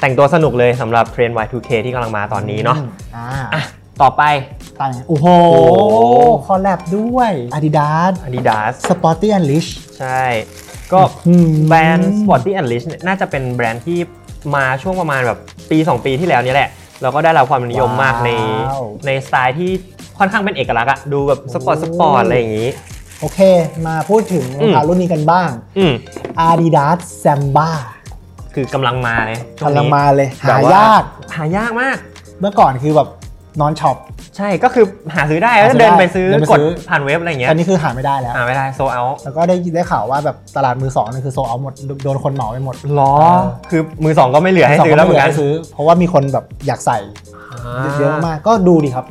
Speaker 1: แต่งตัวสนุกเลยสำหรับเทรน Y2K ที่กำลังมาตอนนี้เนาะ
Speaker 2: มอ่า
Speaker 1: อ่ะต่อไป
Speaker 2: ต่างโอ้โห
Speaker 1: โอ้โห
Speaker 2: คอลแลบด้วย Adidas
Speaker 1: Adidas
Speaker 2: Sporty and Rich
Speaker 1: ใช่ ก็
Speaker 2: อืม
Speaker 1: แบรนด์ Sporty and Rich เนี่ยน่าจะเป็นแบรนด์ที่มาช่วงประมาณแบบปี 2 ปีที่แล้วเนี่ยแหละ เราก็ได้รับความนิยมมากใน
Speaker 2: ว้าว
Speaker 1: ในสไตล์ที่ค่อนข้างเป็นเอกลักษณ์อะดูแบบสปอร์ตสปอร์ตอะไรอย่างนี้
Speaker 2: โอเค มาพูดถึงรองเท้ารุ่นนี้กันบ้าง
Speaker 1: อืม
Speaker 2: Adidas Samba
Speaker 1: คือกำลังมาเลยช่วนี้
Speaker 2: กำลังมาเลย หา
Speaker 1: แบบว่
Speaker 2: ยาก
Speaker 1: หายากมาก
Speaker 2: เมื่อก่อนคือแบบนอนช็อป
Speaker 1: ใช่ก็คือหาซื้อได้แล้ว
Speaker 2: หาซื้อ
Speaker 1: เดิน
Speaker 2: ได้
Speaker 1: ไปซื้อ
Speaker 2: เดินไป
Speaker 1: กด
Speaker 2: ซื้อ
Speaker 1: ผ่านเว็บอะไรอย่างเงี้ย
Speaker 2: อันนี้คือหาไม่ได้แล้ว
Speaker 1: หาไม่ได้โซเอา
Speaker 2: แล้วก็ได้ได้ข่าวว่าแบบตลาดมือสองนี่คือโซเอาหมดโดโดนคนเหมาไปหมด
Speaker 1: ล้อ
Speaker 2: เออ
Speaker 1: คือมือสองก็ไม่เหลือให้
Speaker 2: สง
Speaker 1: ซื้อแล้วเหมือน
Speaker 2: ก็
Speaker 1: กัน
Speaker 2: ไได้ซื้อ เพราะว่ามีคนแบบอยากใส่เยอะมากก็ดูดิครับ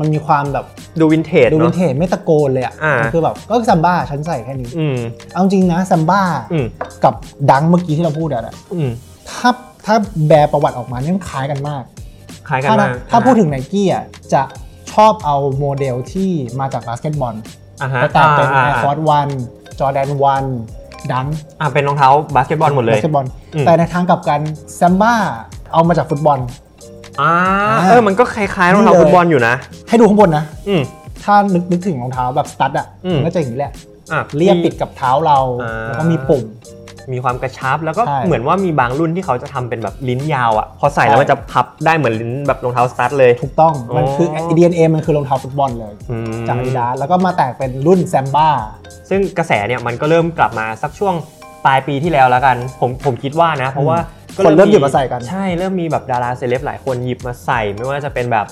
Speaker 2: มันมีความแบบ
Speaker 1: ดูวินเทจ
Speaker 2: ดูวิ
Speaker 1: เนาะ
Speaker 2: นเทจไม่ตะโกนเลยอ่ะ
Speaker 1: อ่า
Speaker 2: มันคือแบบก็ซัมบ้าฉันใส่แค่นี้
Speaker 1: อืม
Speaker 2: เอาจริงนะซัมบ้า
Speaker 1: อืม
Speaker 2: กับดังเมื่อกี้ที่เราพูดอะนะ
Speaker 1: อืม
Speaker 2: ถ้าถ้าแบรประวัติออกมาเนี่ยมันคล้ายกันมาก
Speaker 1: คล้ายกั
Speaker 2: ถ้าม
Speaker 1: นาก
Speaker 2: ถ้าพูดถึงไนกี้อ่ะจะชอบเอาโมเดลที่มาจากบาสเกตบอล
Speaker 1: อ่าฮะ
Speaker 2: ก็ตามเป็น
Speaker 1: อ่า
Speaker 2: Air
Speaker 1: อ่า
Speaker 2: Force 1 Jordan 1ดัง
Speaker 1: อ่ะเป็นรองเท้าบาสเกตบอลหมดเลย
Speaker 2: บาสเกตบอล
Speaker 1: อืม
Speaker 2: แต่ในทางกลับกันแซมบ้าเอามาจากฟุตบอล
Speaker 1: อ่า
Speaker 2: อ่า
Speaker 1: เออมันก็คล้ายๆรองเท้า
Speaker 2: นี่เลย
Speaker 1: ฟุตบอลอยู่นะ
Speaker 2: ให้ดูข้างบนนะ
Speaker 1: อืม
Speaker 2: ถ้านึกนึกถึงรองเท้าแบบสตั๊ดอ่ะ
Speaker 1: อืม
Speaker 2: มันก็จะอย่างนี้แหละ
Speaker 1: อ่ะ
Speaker 2: เรียบติดกับเท้าเรา
Speaker 1: อ่า
Speaker 2: แล้วก็มีปุ่ม
Speaker 1: มีความกระชับแล้วก็
Speaker 2: ใช่
Speaker 1: เหมือนว่ามีบางรุ่นที่เขาจะทำเป็นแบบลิ้นยาวอ่ะ พอใส่แล้ว
Speaker 2: ใช่
Speaker 1: มันจะพับได้เหมือนลิ้นแบบรองเท้าสตั๊ดเลย
Speaker 2: ถูกต้อง มันคือ
Speaker 1: อ๋อ
Speaker 2: DNA มันคือรองเท้าฟุตบอลเลย
Speaker 1: อืม
Speaker 2: จากอาดิดาแล้วก็มาแตกเป็นรุ่นแซมบ้า
Speaker 1: ซึ่งกระแสเนี่ยมันก็เริ่มกลับมาสักช่วงปลายปีที่แล้วแล้วกัน ผมผมคิดว่านะ เพราะว่าก็
Speaker 2: คนเริ่มหยิบมาใส่กัน
Speaker 1: ใช่เริ่มมีแบบดาราเซเลบหลายคนหยิบมาใส่ ไม่ว่าจะเป็นแบบ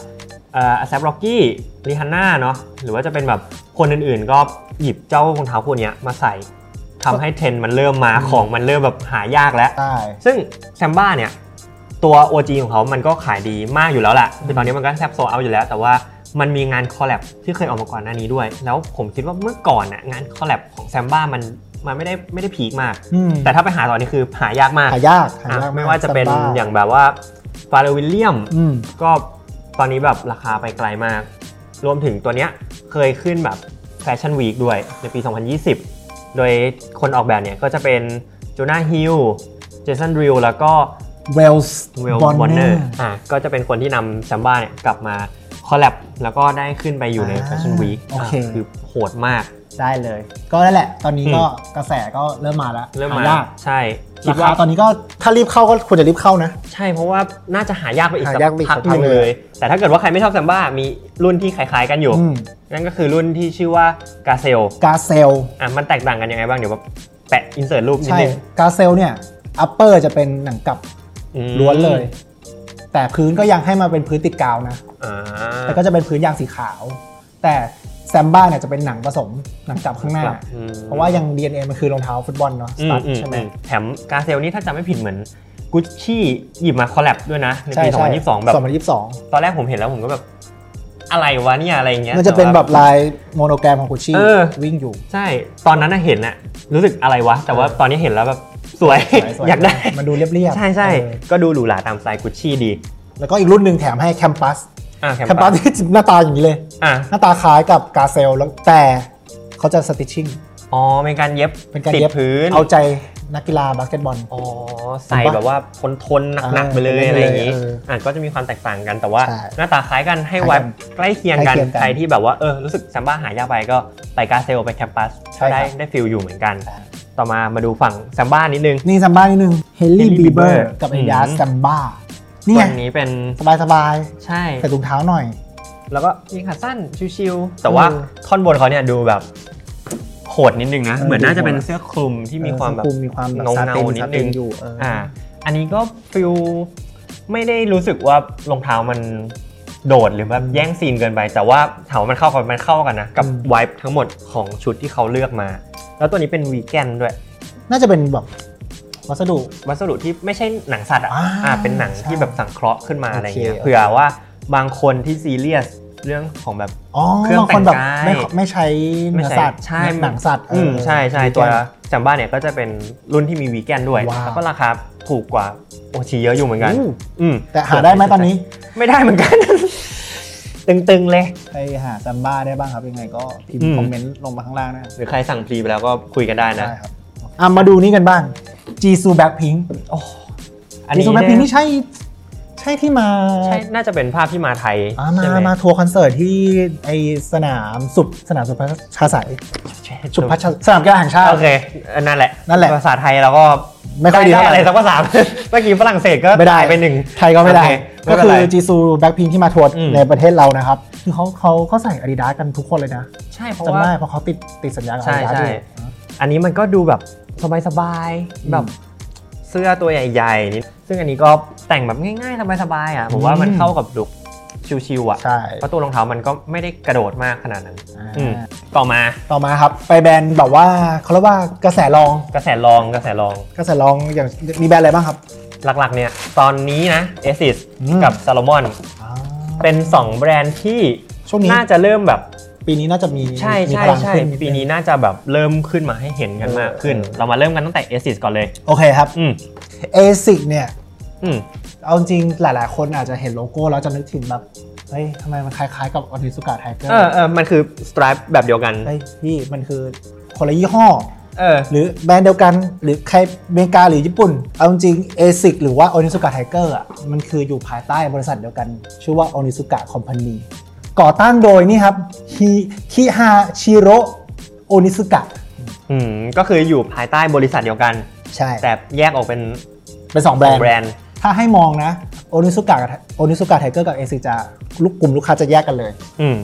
Speaker 1: เอ่อแซฟร็อกกี้ริฮันน่าเนาะหรือว่าจะเป็นแบบคนอื่นๆ ก็หยิบเจ้ารองเท้าพวกเนี้ยมาใส่ทำให้เทรนด์มันเริ่มมาของมันเริ่มแบบหายากแล้ว
Speaker 2: ใช่
Speaker 1: ซึ่งแซมบ้าเนี่ย ตัว OG ของเขามันก็ขายดีมากอยู่แล้วแหละคือตอนนี้มันก็แซบโซเอาอยู่แล้ว แต่ว่ามันมีงานคอลแลบที่เคยออกมาก่อนหน้านี้ด้วย แล้วผมคิดว่าเมื่อก่อนน่ะงานคอลแลบของแซมบ้ามันมันไม่ได้ไม่ได้พีคมาก
Speaker 2: อืม
Speaker 1: แต่ถ้าไปหาตอนนี้คือหายากมาก
Speaker 2: หายากหายาก
Speaker 1: อ่ะไม่ว่าจะเป็น
Speaker 2: แซมบ้
Speaker 1: อย่างแบบว่าฟาร์วิลเลียม
Speaker 2: อืม
Speaker 1: ก็ตอนนี้แบบราคาไปไกลมาก รวมถึงตัวเนี้ยเคยขึ้นแบบแฟชั่นวีคด้วยในปี 2020 โดยคนออกแบบเนี่ยก็จะเป็น โจนาห์ฮิลลเจสันดริลแล้วก็
Speaker 2: เวลส์
Speaker 1: เวล
Speaker 2: บอน
Speaker 1: บอน
Speaker 2: เน
Speaker 1: เน
Speaker 2: อ
Speaker 1: อ
Speaker 2: ร์
Speaker 1: ร์อ่ะก็จะเป็นคนที่นำแซมบ้าเนี่ยกลับมาคอลแลบแล้วก็ได้ขึ้นไปอยู่ใน
Speaker 2: อ่า
Speaker 1: แฟชั่นวีค
Speaker 2: โอเค
Speaker 1: คือโหดมาก
Speaker 2: ได้เลย ก็นั่นแหละ ตอนนี้
Speaker 1: อืม
Speaker 2: ก็กระแสก็เริ่มมาแล้ว
Speaker 1: เริ่มมา
Speaker 2: หยาก
Speaker 1: ใช่คิ
Speaker 2: รา
Speaker 1: ด
Speaker 2: คา
Speaker 1: ว่า
Speaker 2: ตอนนี้ก็ถ้ารีบเข้าก็ควรจะรีบเข้านะ
Speaker 1: ใช่เพราะว่าน่าจะหายากไปอีก
Speaker 2: หา
Speaker 1: สัก
Speaker 2: ยากไปอีก
Speaker 1: พักหนึ่ง
Speaker 2: สักพักเลย
Speaker 1: เลย แต่ถ้าเกิดว่าใครไม่ชอบแซมบ้ามีรุ่นที่คล้ายๆกันอยู่
Speaker 2: อืม
Speaker 1: นั่นก็คือรุ่นที่ชื่อว่ากาเซล
Speaker 2: กาเซล
Speaker 1: อ่ะมันแตกต่างกันยังไงบ้างเดี๋ยวแบบแปะอินเสิร์ตรูปนิด
Speaker 2: ใช่
Speaker 1: นึง
Speaker 2: กาเซลเนี่ยอัปเปอร์จะเป็นหนังกลับ
Speaker 1: อืม
Speaker 2: ล้วนเลย แต่พื้นก็ยังให้มาเป็นพื้นติดกาวนะ
Speaker 1: อ่า
Speaker 2: แต่ก็จะเป็นพื้นยางสีขาว แต่แซมบ้าเนี่ยจะเป็นหนังผสมหนังกลับข้างหน้า
Speaker 1: อืม
Speaker 2: เพราะว่ายัง DNA มันคือรองเท้าฟุตบอลเนาะส
Speaker 1: อื
Speaker 2: ตั
Speaker 1: ม
Speaker 2: ด
Speaker 1: อืม
Speaker 2: ใช่ไหม
Speaker 1: อืมแถมกาเซลนี่ถ้าจำไม่ผิดเหมือนกุชชี่หยิบมาคอลแลบด้วยนะใน
Speaker 2: ใช่
Speaker 1: ปี
Speaker 2: ใช่
Speaker 1: 2022แบบ
Speaker 2: 2022
Speaker 1: ตอนแรกผมเห็นแล้วผมก็แบบ อะไรวะเนี่ยอะไรเงี้ย
Speaker 2: มันจะเป็นแบบ
Speaker 1: ต่ว่า
Speaker 2: ลายโมโนแกรมของกุชชี่
Speaker 1: เออ
Speaker 2: วิ่งอยู่
Speaker 1: ใช่ ตอนนั้นน่ะเห็นอะรู้สึกอะไรวะ แต่ว่าตอนนี้เห็นแล้วแบบสวย
Speaker 2: สวๆ
Speaker 1: อยากได้
Speaker 2: มันดูเรียบๆ
Speaker 1: ใช่ใช่
Speaker 2: เออ
Speaker 1: ก็ดูหรูหราตามสไตล์กุชชี่ดี
Speaker 2: แล้วก็อีกรุ่นหนึ่งแถมให้แคมปัส
Speaker 1: อ่ะแคม
Speaker 2: แคมปั
Speaker 1: ปั
Speaker 2: ส
Speaker 1: ส
Speaker 2: ที่หน้าตาอย่างนี้เลย
Speaker 1: อ่ะ
Speaker 2: หน้าตาคล้ายกับกาเซลแล้วแต่เขาจะสติชชิ่ง
Speaker 1: อ๋อเป็นการเย็บ
Speaker 2: เป็นการ
Speaker 1: ติด
Speaker 2: เย็บ
Speaker 1: พื้น
Speaker 2: เอาใจนักกีฬาบาสเกตบอล
Speaker 1: อ๋อใส่แบบว่าทนทนๆหนักๆไปเลย
Speaker 2: เออ
Speaker 1: อะไรอย่างงี้
Speaker 2: เออ
Speaker 1: อ่ะก็จะมีความแตกต่างกันแต่ว่า
Speaker 2: ใช่
Speaker 1: หน้าตาคล้ายกันให้ไวัดใกล้เคียงกัน
Speaker 2: ใกล้เคียงกัน
Speaker 1: ใครที่แบบว่าเออรู้สึกแซมบ้าหายากไปก็ไปกาเซลไปแคมปัส
Speaker 2: ใช่
Speaker 1: ก็ได้
Speaker 2: ครับ
Speaker 1: ได้ฟิลอยู่เหมือนกัน
Speaker 2: อ่า
Speaker 1: ต่อมามาดูฝั่งแซมบ้านิดนึง
Speaker 2: นี่ซัมบ้านิดนึงเฮล
Speaker 1: Hailey
Speaker 2: ลี่บีเบอ
Speaker 1: Bieber
Speaker 2: ร์กับไอดา
Speaker 1: อืม
Speaker 2: ซัมบ้านี่ไง
Speaker 1: วันนี้เป็น
Speaker 2: สบายสบาย
Speaker 1: ใช่
Speaker 2: ๆใส่ถุงเท้าหน่อย
Speaker 1: แล้วก็ยิงขาสั้นชิวๆแต่ว่า
Speaker 2: เออ
Speaker 1: ท่อนบนเขาเนี่ยดูแบบโหดนิดนึงนะ
Speaker 2: เออ
Speaker 1: เหมือนน่าจะ
Speaker 2: ดูโหด
Speaker 1: เป็นเสื้อคลุมที่มีความแบบ
Speaker 2: เออสังมีความแบบ
Speaker 1: เงา
Speaker 2: ซา
Speaker 1: เงา
Speaker 2: ติน
Speaker 1: นิ
Speaker 2: ซา
Speaker 1: ด
Speaker 2: ติ
Speaker 1: นึ
Speaker 2: น
Speaker 1: ง
Speaker 2: อยู่เอออ
Speaker 1: อ่า อันนี้ก็ฟิลไม่ได้รู้สึกว่ารองเท้ามันโดดหรือแบบแย่งซีนเกินไป แต่ว่าถามว่ามันเข้ากันมันเข้ากันนะ กับไวท์ทั้งหมดของชุดที่เขาเลือกมา แล้วตัวนี้เป็นวีแกนด้วย
Speaker 2: น่าจะเป็นแบบวัสดุ
Speaker 1: วัสดุที่ไม่ใช่หนังสัตว์อ่ะ
Speaker 2: อ่า
Speaker 1: อ่าเป็นหนังที่แบบสังเคราะห์ขึ้นมา
Speaker 2: โอเค
Speaker 1: อะไรเงี้ย
Speaker 2: โอเค
Speaker 1: เผื่อว่าบางคนที่ซีเรียสเรื่องของแบบ
Speaker 2: อ๋อ
Speaker 1: เครื่อง
Speaker 2: บางคนแบบ
Speaker 1: แต่
Speaker 2: ไม่
Speaker 1: งกาย
Speaker 2: ไม่ใช้เนื้อสัตว์
Speaker 1: ใช่
Speaker 2: หนังสัตว์
Speaker 1: อืม
Speaker 2: เออ
Speaker 1: ใช่ใช่
Speaker 2: วีแกน
Speaker 1: ตัวแซมบ้าเนี่ยก็จะเป็นรุ่นที่มีวีแกนด้วย
Speaker 2: ว้าว
Speaker 1: แล้วก็ราคาถูกกว่าโอชีเยอะอยู่เหมือนกัน
Speaker 2: อู้
Speaker 1: อืม
Speaker 2: แต่หาได้ไหมตอนนี้
Speaker 1: ไม่ได้เหมือนกัน ตึงๆเลย
Speaker 2: ใครหาซัมบ้าได้บ้างครับยังไงก็พิม
Speaker 1: อื
Speaker 2: พ์
Speaker 1: ม
Speaker 2: คอมเมนต์ลงมาข้างล่างนะ
Speaker 1: หรือใครสั่งพรีไปแล้วก็คุยกันได้นะ
Speaker 2: ได้ครับอ่ะมาดูนี่กันบ้างจีซูแบ็คพิง
Speaker 1: โอ้อัน
Speaker 2: จี
Speaker 1: นี้
Speaker 2: ซูแบ็คพิง
Speaker 1: เนี่ย
Speaker 2: นี่ใช่ใช่ที่มา
Speaker 1: ใช่น่าจะเป็นภาพที่มาไทย
Speaker 2: อ่ามา
Speaker 1: ใช่ไห
Speaker 2: มาทัวร์คอนเสิร์ตที่ไอสนามสุบสนามสุพัชาสายสุพัชาสนามกีฬาแห่งชาติ
Speaker 1: โอเคอันนั่นแหละ
Speaker 2: นั่นแหละ
Speaker 1: ภาษาไทยเราก็
Speaker 2: ไม่ค่อยดีเท่า
Speaker 1: อะ
Speaker 2: ไห
Speaker 1: ไร
Speaker 2: ร่
Speaker 1: สักภาษ า เมื่อกี้ฝรั่งเศสก็
Speaker 2: ไม่ได้
Speaker 1: ปหนึ่ง
Speaker 2: ไทยก็ไม่ได้
Speaker 1: โอเคไม่
Speaker 2: ก็
Speaker 1: เป็
Speaker 2: คื
Speaker 1: นไร
Speaker 2: อจีซูแบ็คพิงที่มาทัวร์
Speaker 1: อืม
Speaker 2: ในประเทศเรานะครับ คือเขาเขาก็ใส่อาดิดาสกันทุกคนเลยนะ
Speaker 1: ใช่เพราะ
Speaker 2: จำ
Speaker 1: ว่า
Speaker 2: ได้เพราะเขาติดติดสัญญากับ
Speaker 1: ใช่
Speaker 2: อาดิดาส
Speaker 1: ใช่
Speaker 2: อยู่
Speaker 1: อันนี้มันก็ดูแบบสบายๆแบบเสื้อตัวใหญ่ๆนิดซึ่งอันนี้ก็แต่งแบบง่ายๆสบายๆอ่ะผมว่ามันเข้ากับลุคชิวๆอ่ะ
Speaker 2: ใช่
Speaker 1: เพราะตัวรองเท้ามันก็ไม่ได้กระโดดมากขนาดนั้น
Speaker 2: อ่า
Speaker 1: อืม ต่อมา
Speaker 2: ต่อมาครับ ไปแบรนด์แบบว่าเขาเรียกว่ากระแสรอง
Speaker 1: กระแสรองกระแสรอง
Speaker 2: กระแสรองอย่างมีแบรนด์อะไรบ้างครับ
Speaker 1: หลักๆเนี่ยตอนนี้นะ a s i s
Speaker 2: อืม
Speaker 1: กับ Salomon
Speaker 2: อ่า
Speaker 1: เป็น 2 แบรนด์ที่
Speaker 2: ช่วงนี้
Speaker 1: น่าจะเริ่มแบบ
Speaker 2: ปีนี้น่าจะมี
Speaker 1: ใช่
Speaker 2: มี
Speaker 1: ใช่
Speaker 2: พลัง
Speaker 1: ใช่
Speaker 2: ขึ้นดง
Speaker 1: ปีนี้น่าจะแบบเริ่มขึ้นมาให้เห็นกันมากขึ้น
Speaker 2: เออ
Speaker 1: เรามาเริ่มกันตั้งแต่ a s i s ก่อนเลย
Speaker 2: โอเคครับ
Speaker 1: อืม
Speaker 2: เอซิกเนี่ย
Speaker 1: อืม
Speaker 2: เอาจริงๆหลาย ๆ คนอาจจะเห็นโลโก้แล้วจะนึกถึงแบบ เฮ้ยทำไมมันคล้าย ๆ กับออนิสุกะไทเกอร์
Speaker 1: เออเออมันคือสไตร์แบบเดียวกัน
Speaker 2: เฮ้ยพี่มันคือคนละยี่ห้อ
Speaker 1: เออ
Speaker 2: หรือแบรนด์เดียวกัน หรือใครอเมริกาหรือญี่ปุ่น เอาจริงเอซิกหรือว่าออนิสุกะไทเกอร์อ่ะมันคืออยู่ภายใต้บริษัทเดียวกัน ชื่อว่าออนิสุกะคอมพานีก่อตั้งโดยนี่ครับฮิคิฮาชิโรโอนิสุกะ
Speaker 1: อืม ก็คืออยู่ภายใต้บริษัทเดียวกัน
Speaker 2: ใช่
Speaker 1: แต่แยกออกเป็น
Speaker 2: เป็นสองแบ
Speaker 1: ส
Speaker 2: ร
Speaker 1: อน ง
Speaker 2: ด์
Speaker 1: แบรนด์
Speaker 2: ถ้าให้มองนะโอนิสุกะโอนิสุกะไทเกอร์กับเอซิกจะลูกกลุ่มลูกค้าจะแยกกันเลย
Speaker 1: อืม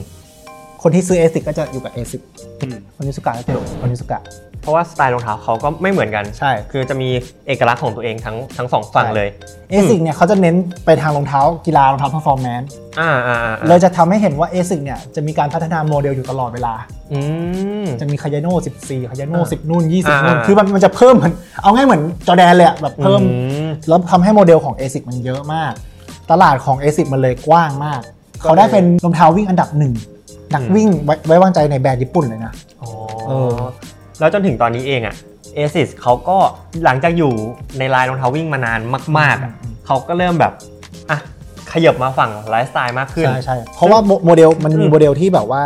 Speaker 2: คนที่ซื้อเอซิกก็จะอยู่กับเอซิก
Speaker 1: อืม
Speaker 2: ออนิสุกะก็จะอยู่ออนิสุกะ
Speaker 1: เพราะว่าสไตล์รองเท้าเขาก็ไม่เหมือนกัน
Speaker 2: ใช่
Speaker 1: คือจะมีเอกลักษณ์ของตัวเองทั้งทั้งสองฝั่งเลย
Speaker 2: เอซิกเนี่ยเขาจะเน้นไปทางรองเท้ากีฬารองเท้า performance
Speaker 1: อ่าอ่าอ่า
Speaker 2: เลยจะทำให้เห็นว่าเอซิกเนี่ยจะมีการพัฒนาโมเดลอยู่ตลอดเวลา
Speaker 1: อืม
Speaker 2: จะมีคายาโน่14คายาโน่
Speaker 1: อ่า
Speaker 2: 10 นู่น
Speaker 1: อ่า
Speaker 2: 20 นู่น
Speaker 1: อ่า
Speaker 2: คือมันมันจะเพิ่มเหมือนเอาง่ายเหมือนจอแดนเลยอะแบบเพิ่ม
Speaker 1: อืม
Speaker 2: แล้วทำให้โมเดลของ a s i c มันเยอะมาก ตลาดของ a s i c มันเลยกว้างมาก เขาได้เป็นรองเท้าวิ่งอันดับหนึ่งนัก
Speaker 1: อืม
Speaker 2: วิ่งไว้ไว้วางใจในแบรนด์ญี่ปุ่นเลยนะ
Speaker 1: อ๋อ
Speaker 2: เออ
Speaker 1: แล้วจนถึงตอนนี้เองอะ a s i s เขาก็หลังจากอยู่ในลายรองเท้าวิ่งมานานมาก ๆอะเขาก็เริ่มแบบอ่ะขยับมาฝั่งไลฟ์สไตล์มากขึ้น
Speaker 2: ใช่ใช่เพราะว่าโมโมเดลมันมี
Speaker 1: อืม
Speaker 2: โมเดลที่แบบว่า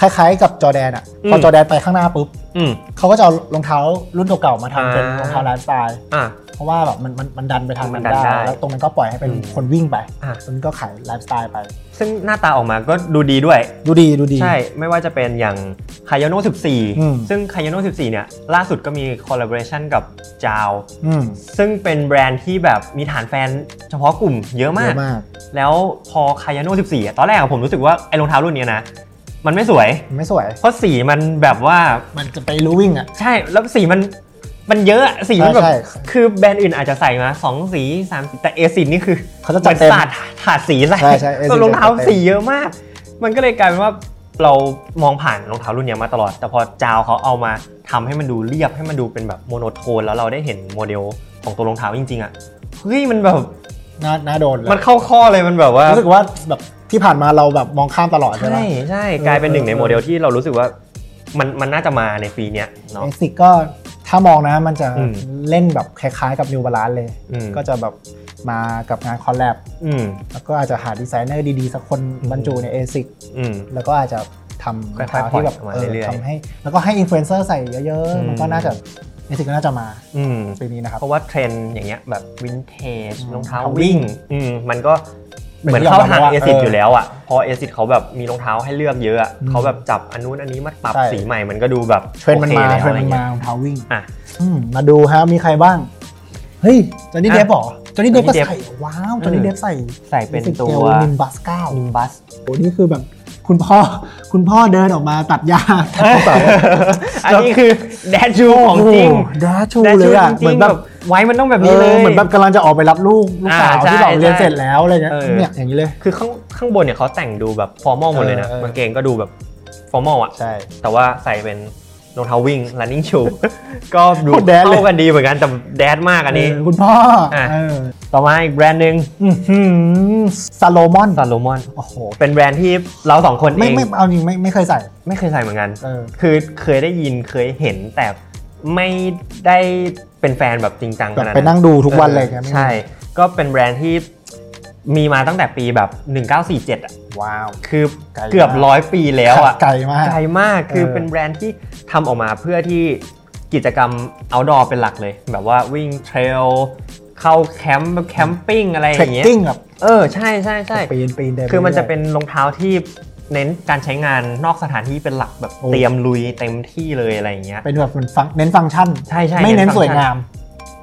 Speaker 2: คล้ายๆกับจอแดนอ่ะ
Speaker 1: อืม
Speaker 2: พอจอแดนไปข้างหน้าปุ๊บ
Speaker 1: อืม
Speaker 2: เขาก็จะเอารองเท้ารุ่นเก่าๆมาทำเป็น
Speaker 1: อ่ารร
Speaker 2: องเท้าไลฟ์สไตล์
Speaker 1: อ่ะ
Speaker 2: เพราะว่าแบบมันมันมันดันไปทาง
Speaker 1: มั
Speaker 2: นั้น น
Speaker 1: ดัน
Speaker 2: ได้
Speaker 1: ได้
Speaker 2: แล้วตรงนั้นก็ปล่อยให้เป็น
Speaker 1: อืม
Speaker 2: คนวิ่งไป
Speaker 1: อ่ะ
Speaker 2: ตรงนี้ก็ขายไลฟ์สไตล์ไป
Speaker 1: ซึ่งหน้าตาออกมาก็ดูดีด้วย
Speaker 2: ดูดีดูดี
Speaker 1: ใช่ ไม่ว่าจะเป็นอย่างคายโน
Speaker 2: อืม
Speaker 1: 14 ซึ่งคายโน14 เนี่ย ล่าสุดก็มีคอลลาบอร์ชันกับจาว
Speaker 2: อืม
Speaker 1: ซึ่งเป็นแบรนด์ที่แบบมีฐานแฟนเฉพาะกลุ่มเยอะมาก
Speaker 2: เยอะมาก
Speaker 1: แล้วพอคายโน14อะตอนแรกอะผมรู้สึกว่า ไอ้รองเท้ารุ่นเนี้ยนะ มันไม่สวย
Speaker 2: มันไม่สวย
Speaker 1: เพราะสีมันแบบว่า
Speaker 2: มันจะไปรู้วิ่งอ่ะ
Speaker 1: ใช่ แล้วสีมัน มันเยอะอะสีมันแบบ
Speaker 2: ใช่
Speaker 1: คือแบรนด์อื่นอาจจะใส่มาสองสีสามสีแต่เอซินนี่คือ
Speaker 2: เขาจะ
Speaker 1: เห
Speaker 2: จั
Speaker 1: มื
Speaker 2: ด
Speaker 1: อน
Speaker 2: เต็ม
Speaker 1: สาดถาดสีใส่
Speaker 2: ใช่ใช่ ASICS
Speaker 1: ตัวรองเท้า
Speaker 2: จัดเต็ม
Speaker 1: สีเยอะมาก มันก็เลยกลายเป็นว่าเรามองผ่านรองเท้ารุ่นเนี้ยมาตลอด แต่พอจาวเขาเอามาทำให้มันดูเรียบให้มันดูเป็นแบบโมโนโทน แล้วเราได้เห็นโมเดลของตัวรองเท้าจริงๆอ่ะเฮ้ยมันแบบ
Speaker 2: น่าน่าโดนเลย
Speaker 1: มันเข้าข้อเลยมันแบบว่า
Speaker 2: รู้สึกว่าแบบที่ผ่านมาเราแบบมองข้ามตลอดใช่ไหม
Speaker 1: ใช่ใช่
Speaker 2: เออ
Speaker 1: กลายเป็นหนึ่งในโมเดลที่เรารู้สึกว่ามันมันน่าจะมาในปีเนี้ยเนาะ
Speaker 2: เอสิกก็ถ้ามองนะมันจะ
Speaker 1: อืม
Speaker 2: เล่นแบบคล้ายๆกับ New Balance เลย
Speaker 1: อืม
Speaker 2: ก็จะแบบมากับงานคอลแลบ
Speaker 1: อืม
Speaker 2: แล้วก็อาจจะหาดีไซเนอร์ดีๆ สักคน
Speaker 1: อืม
Speaker 2: บรรจุในเอสิก
Speaker 1: อืม
Speaker 2: แล้วก็อาจจะทำ
Speaker 1: ค่อยๆ
Speaker 2: เท้าที่แบบ
Speaker 1: ปล่อยออกมา
Speaker 2: เออ
Speaker 1: เรื่อยๆ
Speaker 2: ทำให้ แล้วก็ให้อินฟลูเอนเซอร์ใส่เยอะ
Speaker 1: อืม
Speaker 2: ๆ มันก็น่าจะเอสิกก็น่าจะมา
Speaker 1: อืม
Speaker 2: ปีนี้นะครับ
Speaker 1: เพราะว่าเทรนด์อย่างเงี้ยแบบวินเทจ
Speaker 2: อืม
Speaker 1: รองเท้าวิ่งอืมมันก็
Speaker 2: เป็น
Speaker 1: เหมือนเข้าทาง
Speaker 2: ที่ยอมรับว่า
Speaker 1: เอซิ
Speaker 2: เออ
Speaker 1: อยู่แล้วอ่ะพอเอซิเขาแบบมีรองเท้าให้เลือกเยอะอะ
Speaker 2: อืม
Speaker 1: เขาแบบจับอันนู้นอันนี้มาปรับ
Speaker 2: ใช่
Speaker 1: สีใหม่มันก็ดูแบบ
Speaker 2: เทรนด์มันมา
Speaker 1: โอคแล้ว
Speaker 2: เทรนด์มันมา
Speaker 1: อะไรงี้ย
Speaker 2: รองเท้าวิ่ง
Speaker 1: อ่ะ
Speaker 2: อืมมาดูฮะมีใครบ้าง เฮ้ยจอห์นนี่
Speaker 1: อ่ะ
Speaker 2: เดฟหรอจอห์นนี่เดฟก็
Speaker 1: Johnny Depp
Speaker 2: ใส่ว้าวจอห์นนี่
Speaker 1: เออ
Speaker 2: เดฟใส่
Speaker 1: ใส่เป็นตัว
Speaker 2: นิมบัสเก้า
Speaker 1: นิมบัส
Speaker 2: โอ้นี่คือแบบคุณพ่อคุณพ่อเดินออกมาตัดหญ้า
Speaker 1: อันนี้คือแดนชูของจริง
Speaker 2: แดชู
Speaker 1: แดน
Speaker 2: เล
Speaker 1: ชู
Speaker 2: ยอะ
Speaker 1: จ
Speaker 2: เหมื
Speaker 1: ริ
Speaker 2: อง น
Speaker 1: ๆ
Speaker 2: แบ
Speaker 1: แบบ บไว้มันต้องแบบ
Speaker 2: เอ
Speaker 1: นี้เล
Speaker 2: อย เหมือนแบบกำลังจะออกไปรับลูกลูกสาว
Speaker 1: อ่าใช่
Speaker 2: ที่แบบเรียน
Speaker 1: ใช่
Speaker 2: เสร็จแล้วอะไรเงี้ย
Speaker 1: เออ
Speaker 2: เนี่ยอย่างนี้เลย
Speaker 1: คือข้างข้างบนเนี่ยเขาแต่งดูแบบฟอร์มอลหมดเลยนะ
Speaker 2: เออเออ
Speaker 1: กางเกงก็ดูแบบฟอร์มอลอ่ะ
Speaker 2: ใช่
Speaker 1: แต่ว่าใส่เป็นรองเท้าวิ่ง running shoe ก็ดู
Speaker 2: โคตรแดดเลย
Speaker 1: เข้ากันดีเหมือนกันแต่แดดมากอันนี้
Speaker 2: คุณพ่ออะ เออ
Speaker 1: ต่อมาอีกแบรนด์หนึ่ง
Speaker 2: ซาโลมอน
Speaker 1: ซาโลมอน
Speaker 2: โอ้โห
Speaker 1: เป็นแบรนด์ที่เราสองคนเอ
Speaker 2: ไม่
Speaker 1: ง
Speaker 2: ไม่เอาจริงไม่ไม่เคยใส่
Speaker 1: ไม่เคยใส่เหมือนกัน
Speaker 2: เออ
Speaker 1: คือเคยได้ยินเคยเห็นแต่ไม่ได้เป็นแฟนแบบจริงจัง
Speaker 2: แบ
Speaker 1: ข
Speaker 2: บ
Speaker 1: นาด
Speaker 2: ไป
Speaker 1: นั้
Speaker 2: นั่
Speaker 1: น
Speaker 2: งดูทุกวันเลยไงไม่มี
Speaker 1: ใช่ ก็เป็นแบรนด์ที่มีมาตั้งแต่ปีแบบ 1947อ่ะ
Speaker 2: ว้าว
Speaker 1: คือ
Speaker 2: ไกลมาก
Speaker 1: เกือบร้อยปีแล้วอ่ะ
Speaker 2: ไกลมาก
Speaker 1: ไกลมากคือ
Speaker 2: เออ
Speaker 1: เป็นแบรนด์ที่ทำออกมาเพื่อที่กิจกรรม outdoor เป็นหลักเลย แบบว่าวิ่งเทรลเข้าแคมป์แคมปิ้งอะไรอ
Speaker 2: เทรค
Speaker 1: ย่างเงี้ย
Speaker 2: กิ้งแบบ
Speaker 1: เออใช่ใช่ใช่
Speaker 2: ปีนปีนเดิน
Speaker 1: คือมันจะ
Speaker 2: ไรื่ย
Speaker 1: เป็นรองเท้าที่เน้นการใช้งานนอกสถานที่เป็นหลักแบบ
Speaker 2: โอ้
Speaker 1: เตรียมลุยเต็มที่เลยอะไรอย่างเงี้ย
Speaker 2: เป็นแบบเหมือนฟังเน้นฟังก์ชัน
Speaker 1: ใช่ใช่
Speaker 2: ไม่
Speaker 1: เน้
Speaker 2: เน้
Speaker 1: น
Speaker 2: น
Speaker 1: ฟังก์ชัน
Speaker 2: สวยงาม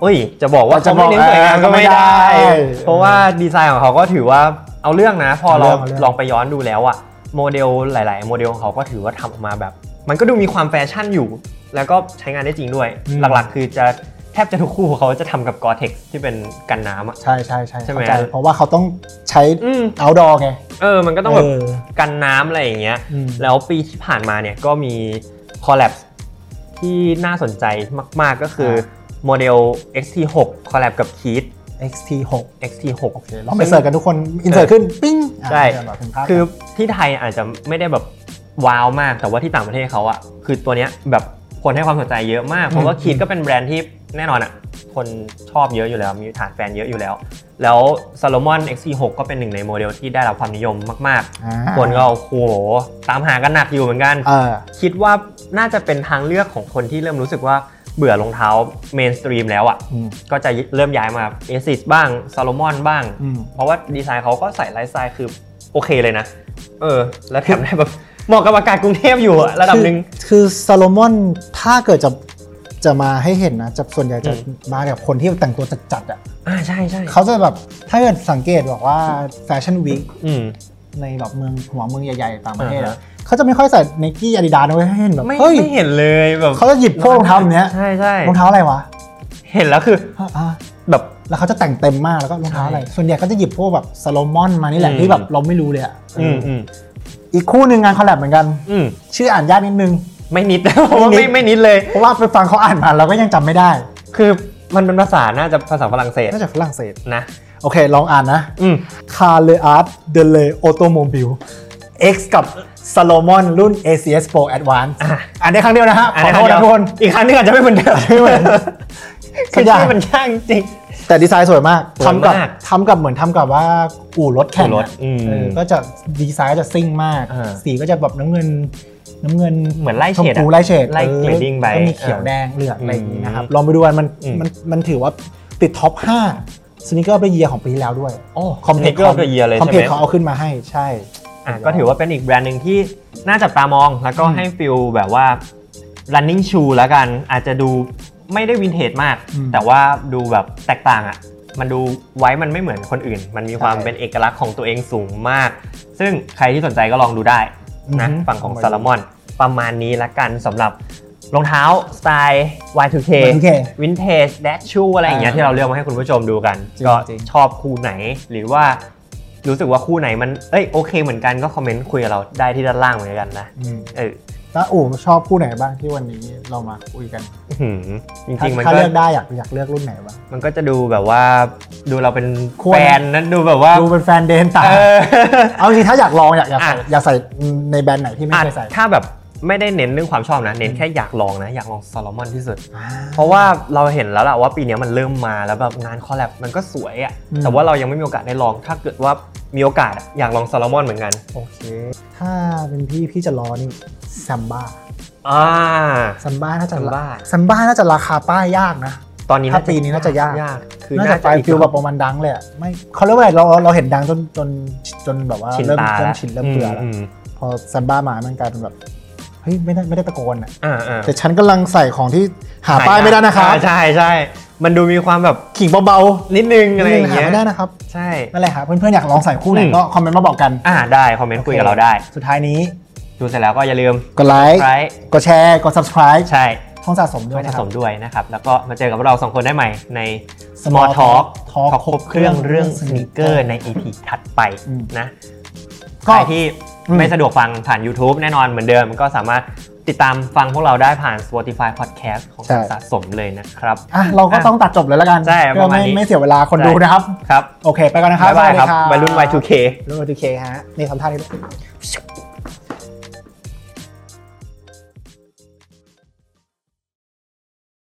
Speaker 1: เอ้ย จะบอกว่า
Speaker 2: จะ
Speaker 1: เขาไม่เน้นสวยงาม
Speaker 2: บอกเออ
Speaker 1: ก็
Speaker 2: ก็
Speaker 1: ไม่
Speaker 2: ไม่ได้
Speaker 1: ได้ เพราะว่าดีไซน์ของเขาก็ถือว่าเอาเรื่องนะ พอเรา
Speaker 2: เอาเรื่อง
Speaker 1: ลองไปย้อนดูแล้วอะโมเดลหลาย ๆ โมเดลของเขาก็ถือว่าทำออกมาแบบ มันก็ดูมีความแฟชั่นอยู่ แล้วก็ใช้งานได้จริงด้วย หลัก ๆ คือจะแทบจะทุกคู่ของเขาจะทำกับกอเท็กที่เป็นกันน้ำอะ
Speaker 2: ใช่ใช่ใช่
Speaker 1: ใช่ไหม
Speaker 2: เข้าใจเพราะว่าเขาต้องใช้
Speaker 1: อืม
Speaker 2: เอาดอไง
Speaker 1: เออ มันก็ต้องแบบ
Speaker 2: เอ
Speaker 1: กันน้ำอะไรอย่างเงี้ย
Speaker 2: อืม
Speaker 1: แล้วปีที่ผ่านมาเนี่ยก็มีคอลแลบที่น่าสนใจมาก ๆ ก็คือ
Speaker 2: อ่
Speaker 1: โมเดล XT6 คอลแลบกับ k e e t
Speaker 2: XT6
Speaker 1: XT6
Speaker 2: โอเคลองไปเสิร์ชกันทุกคนอินเสิร์ตขึ้น ปิ้งอ่ะ
Speaker 1: ใช่
Speaker 2: เดี๋ยวแบบเป็นภาพ
Speaker 1: คือที่ไทยอาจจะไม่ได้แบบว้าวมาก แต่ว่าที่ต่างประเทศเขาอะคือตัวเนี้ยแบบคนให้ความสนใจเยอะมาก เพราะว่า k e e t ก็เป็นแบรนด์ที่แน่นอนอะคนชอบเยอะอยู่แล้ว มีฐานแฟนเยอะอยู่แล้ว แล้ว Salomon XT6 ก็เป็นหนึ่งในโมเดลที่ได้รับความนิยมมาก
Speaker 2: อ่า
Speaker 1: ๆ คนก็โอ้โหตามหากันหนักอยู่เหมือนกัน
Speaker 2: เออ
Speaker 1: คิดว่าน่าจะเป็นทางเลือกของคนที่เริ่มรู้สึกว่าเบื่อรองเท้าเมนสตรีมแล้วอะ่ะ
Speaker 2: อืม
Speaker 1: ก็จะเริ่มย้ายมา a s i s บ้าง Salomon บ้าง
Speaker 2: อืม
Speaker 1: เพราะว่าดีไซน์เขาก็ใส่ไลฟ์สไตล์คือโอเคเลยนะ เออ แล้วแถมได้แบบ เหมาะกับอากาศกรุงเทพอยู่อะระดับหนึ่ง
Speaker 2: คือคือซาโลมอนถ้าเกิดจะจะมาให้เห็นนะจะส่วนใหญ่จะ
Speaker 1: อืม
Speaker 2: มากับคนที่แต่งตัวจัดๆอ่ะ
Speaker 1: อ่าใช่ใช่
Speaker 2: เขาจะแบบถ้าเกิดสังเกตบอกว่าแฟชั่นวีค
Speaker 1: อืม
Speaker 2: ในแบบเมืองหัวเมืองใหญ่ๆต่างประเทศ
Speaker 1: อ่า
Speaker 2: อะ
Speaker 1: ฮะ
Speaker 2: เขาจะไม่ค่อยใส่ไนกี้อาดิดาสนะเว้ยให้เห็นแบบ
Speaker 1: ไม่
Speaker 2: เฮ้ย
Speaker 1: ไม่เห็นเลยแบบ
Speaker 2: เขาจะหยิบพวกรองเท้าแบบเนี้ย
Speaker 1: ใช่ใช่
Speaker 2: รองเท้าอะไรวะ
Speaker 1: เห็นแล้วคือ
Speaker 2: อ่า
Speaker 1: แบบ
Speaker 2: แล้วเขาจะแต่งเต็มมากแล้วก็รองเท้าอะไร
Speaker 1: ใช่
Speaker 2: ส่วนใหญ่ก็จะหยิบพวกแบบซาโลมอนมานี่แหละ
Speaker 1: อืม
Speaker 2: ที่แบบเราไม่รู้เลยอ่ะ
Speaker 1: อืมอืม
Speaker 2: อีกคู่หนึ่งงานคอลแลบเหมือนกัน
Speaker 1: อืม
Speaker 2: ชื่ออ่านยากนิดนึง
Speaker 1: ไม่นิด เพราะว่าไม่ไม่นิดเลย
Speaker 2: เพราะว่าไปฟังเขาอ่านมาเราก็ยังจำไม่ได้
Speaker 1: คือมันเป็นภาษาน่าจะภาษาฝรั่งเศส
Speaker 2: น่าจะฝรั่งเศส
Speaker 1: นะ
Speaker 2: โอเค ลองอ่านนะ
Speaker 1: อืม
Speaker 2: คาเลอาร์ตเดเลโอโตโมบิล X กับซาโลมอนรุ่น ACS Pro Advance
Speaker 1: อ่ะ
Speaker 2: อ่านได้ครั้งเดียวนะฮะ ขอโทษนะทุกคน
Speaker 1: อีกครั้งหนึงอาจจะไม่เหมือนเดิม
Speaker 2: ไม่เหมือนสั
Speaker 1: คื
Speaker 2: ก
Speaker 1: อ
Speaker 2: อย่าง
Speaker 1: ชื่อมันยากจริง
Speaker 2: แต่ดีไซน์สวยมาก
Speaker 1: สวย
Speaker 2: ทำกับ
Speaker 1: มาก
Speaker 2: ทำกับเหมือนทำกับว่าอู่รถแข่ง
Speaker 1: อู่รถ
Speaker 2: อะ
Speaker 1: อืม
Speaker 2: เออก็จะดีไซน์ก็จะซิ่งมาก
Speaker 1: อ่า
Speaker 2: สีก็จะแบบน้ำเงิน น้ำเงิน
Speaker 1: เหมือนไล่
Speaker 2: ชม
Speaker 1: เฉด
Speaker 2: พู
Speaker 1: อะ
Speaker 2: ไล่เฉด
Speaker 1: ไล่
Speaker 2: ออ
Speaker 1: grading ไป
Speaker 2: แล้วก็มีเขียวแดงเหลืองอะไรอย่างนี้นะครับ
Speaker 1: อืม
Speaker 2: ลองไปดูกันมัน
Speaker 1: อืม
Speaker 2: มันมันถือว่าติดท็อป 5 สนิเกอร์ไปเยียของปีที่แล้วด้วย
Speaker 1: โอ้
Speaker 2: คอมเพล็ก
Speaker 1: ก็เยียเลย
Speaker 2: คอม
Speaker 1: ใช่
Speaker 2: เพล็
Speaker 1: ไห
Speaker 2: ก
Speaker 1: ม
Speaker 2: เขาเอาขึ้นมาให้ใช่
Speaker 1: อ่ะก็ถือว่าเป็นอีกแบรนด์หนึ่งที่น่าจับตามอง แล้วก็
Speaker 2: อืม
Speaker 1: ให้ฟิลแบบว่า running shoe แล้วกัน อาจจะดูไม่ได้วินเทจมาก
Speaker 2: อืม
Speaker 1: แต่ว่าดูแบบแตกต่างอ่ะ มันดูไว้มันไม่เหมือนคนอื่น มันมีความ
Speaker 2: ใช่
Speaker 1: เป็นเอกลักษณ์ของตัวเองสูงมาก ซึ่งใครที่สนใจก็ลองดูได้นะ
Speaker 2: อือฮึ
Speaker 1: ฝั่งของซา l ามอนประมาณนี้ละกันสำหรับรองเท้าสไตล์ Y2K
Speaker 2: โอเค
Speaker 1: วินเทจแดชชูอะไรอย่างเงี้ย
Speaker 2: อ่า
Speaker 1: ที่เราเลือกมาให้คุณผู้ชมดูกัน
Speaker 2: จริง
Speaker 1: ก็
Speaker 2: จริง
Speaker 1: ชอบคู่ไหน หรือว่ารู้สึกว่าคู่ไหนมันเอ้ยโอเคเหมือนกันก็คอมเมนต์คุยกับเราได้ที่ด้านล่างเหมือนกันนะ
Speaker 2: อืม
Speaker 1: เออ
Speaker 2: แล้วอู๋ชอบคู่ไหนบ้างที่วันนี้เรามาคุยกัน
Speaker 1: อื้อหือจริงๆ มัน
Speaker 2: ถ้า
Speaker 1: ก็
Speaker 2: เลือกได้อยากอยากเลือกรุ่นไหนบ้าง
Speaker 1: มันก็จะดูแบบว่า ดูเราเป็น
Speaker 2: คู่ไหน
Speaker 1: แฟนนั้นดูแบบว่า
Speaker 2: ดูเป็นแฟนเดนต่าง
Speaker 1: เอ อ
Speaker 2: เอาจริงๆถ้าอยากลองอยากอยากใส่
Speaker 1: อ่ะ
Speaker 2: อยากใส่ในแบรนด์ไหนที่ไม่
Speaker 1: อ่ะ
Speaker 2: เคยใส่
Speaker 1: ถ้าแบบไม่ได้เน้นเรื่องความชอบนะ เน้นแค่อยากลองนะ อยากลองซาลมอนที่สุด
Speaker 2: อ่า
Speaker 1: เพราะว่าเราเห็นแล้วล่ะว่าปีเนี้ยมันเริ่มมาแล้วแบบงานคอลแลบมันก็สวยอะ่ะ
Speaker 2: อืม
Speaker 1: แต่ว่าเรายังไม่มีโอกาสได้ลองถ้าเกิดว่ามีโอกาสอะอยากลองซาลมอนเหมือนกัน
Speaker 2: โอเค ถ้าเป็นพี่พี่จะรอนี่ซัมบ้า
Speaker 1: อ่า
Speaker 2: ซัมบ้าน่าจะ
Speaker 1: Samba
Speaker 2: ซัมบ้าน่าจะราคาป้ายยากนะ
Speaker 1: ตอนนี้
Speaker 2: ถ้าปีนี้น่าจะยาก
Speaker 1: ยาก คือ
Speaker 2: น่า
Speaker 1: น่า
Speaker 2: จะไป
Speaker 1: จะอีก
Speaker 2: ฟิลแบบประมาณดังเลยอะไม่เขาเรียกว่าอะไรเราเราเราเห็นดังจนจนจนแบบว่า
Speaker 1: ชิน
Speaker 2: เริ่ม
Speaker 1: ตา
Speaker 2: เริ่ม
Speaker 1: แล้ว
Speaker 2: ชินเริ่มเบื่อแล้ว
Speaker 1: ม
Speaker 2: พอซัมบ้ามามันกลายเป็นแบบ เฮ้ย ไม่ได้ไม่ได้ตะโกนอ่ะ
Speaker 1: อ่าอ่า
Speaker 2: แต่ฉันกำลังใส่ของที่หาป้ายไม่ได้นะครับ
Speaker 1: อ่าใช่ใช่มันดูมีความแบบ
Speaker 2: ขิงเบา
Speaker 1: นิดนึง
Speaker 2: ๆ
Speaker 1: อะไรอย่าง
Speaker 2: หา
Speaker 1: เงี้ย
Speaker 2: ไม่ได้นะครับ
Speaker 1: ใช่
Speaker 2: นั่นแหละครับเพื่อนๆอยากลองใส่คู่ไหน
Speaker 1: อืม
Speaker 2: ก็คอมเมนต์มาบอกกัน
Speaker 1: อ่าได้คอมเมนต์คุยกับเราได้
Speaker 2: สุดท้ายนี้
Speaker 1: ดูเสร็จแล้วก็อย่าลืม
Speaker 2: กดไลค์
Speaker 1: ไล
Speaker 2: กดแชร์กด subscribe
Speaker 1: ใช่
Speaker 2: ช่องสะสมด้ว
Speaker 1: ไม่
Speaker 2: ย
Speaker 1: สะ
Speaker 2: นะค
Speaker 1: ส
Speaker 2: รับ
Speaker 1: มด้วยนะครับ แล้วก็มาเจอกับพวกเราสองคนได้ใหม่ใน Small Talk
Speaker 2: ทอ
Speaker 1: ขอครบเครื่องเรื่องสน e เกอร์ใน EP ถัดไป
Speaker 2: อืม
Speaker 1: นะ
Speaker 2: ก็
Speaker 1: ใครที่
Speaker 2: อืม
Speaker 1: ไม่สะดวกฟังผ่าน YouTube แน่นอนเหมือนเดิม ก็สามารถติดตามฟังพวกเราได้ผ่าน Spotify Podcast ของสะสมเลยนะครับ
Speaker 2: อ่ะเราก็ต้องตัดจบเลยแล้วกัน
Speaker 1: ใช่
Speaker 2: เพื่
Speaker 1: ป
Speaker 2: อ
Speaker 1: ระมาณ
Speaker 2: ไม่
Speaker 1: นี้
Speaker 2: ไม่เสียเวลาคนดูนะครับ
Speaker 1: ครับ
Speaker 2: โอเค ไปก่อนนะครับ
Speaker 1: บ๊ายบายครับ
Speaker 2: สวัสดี
Speaker 1: วัยรุ่น Y2K
Speaker 2: รุ่น Y2K ฮะ นี่ทำท่านี้ด้วย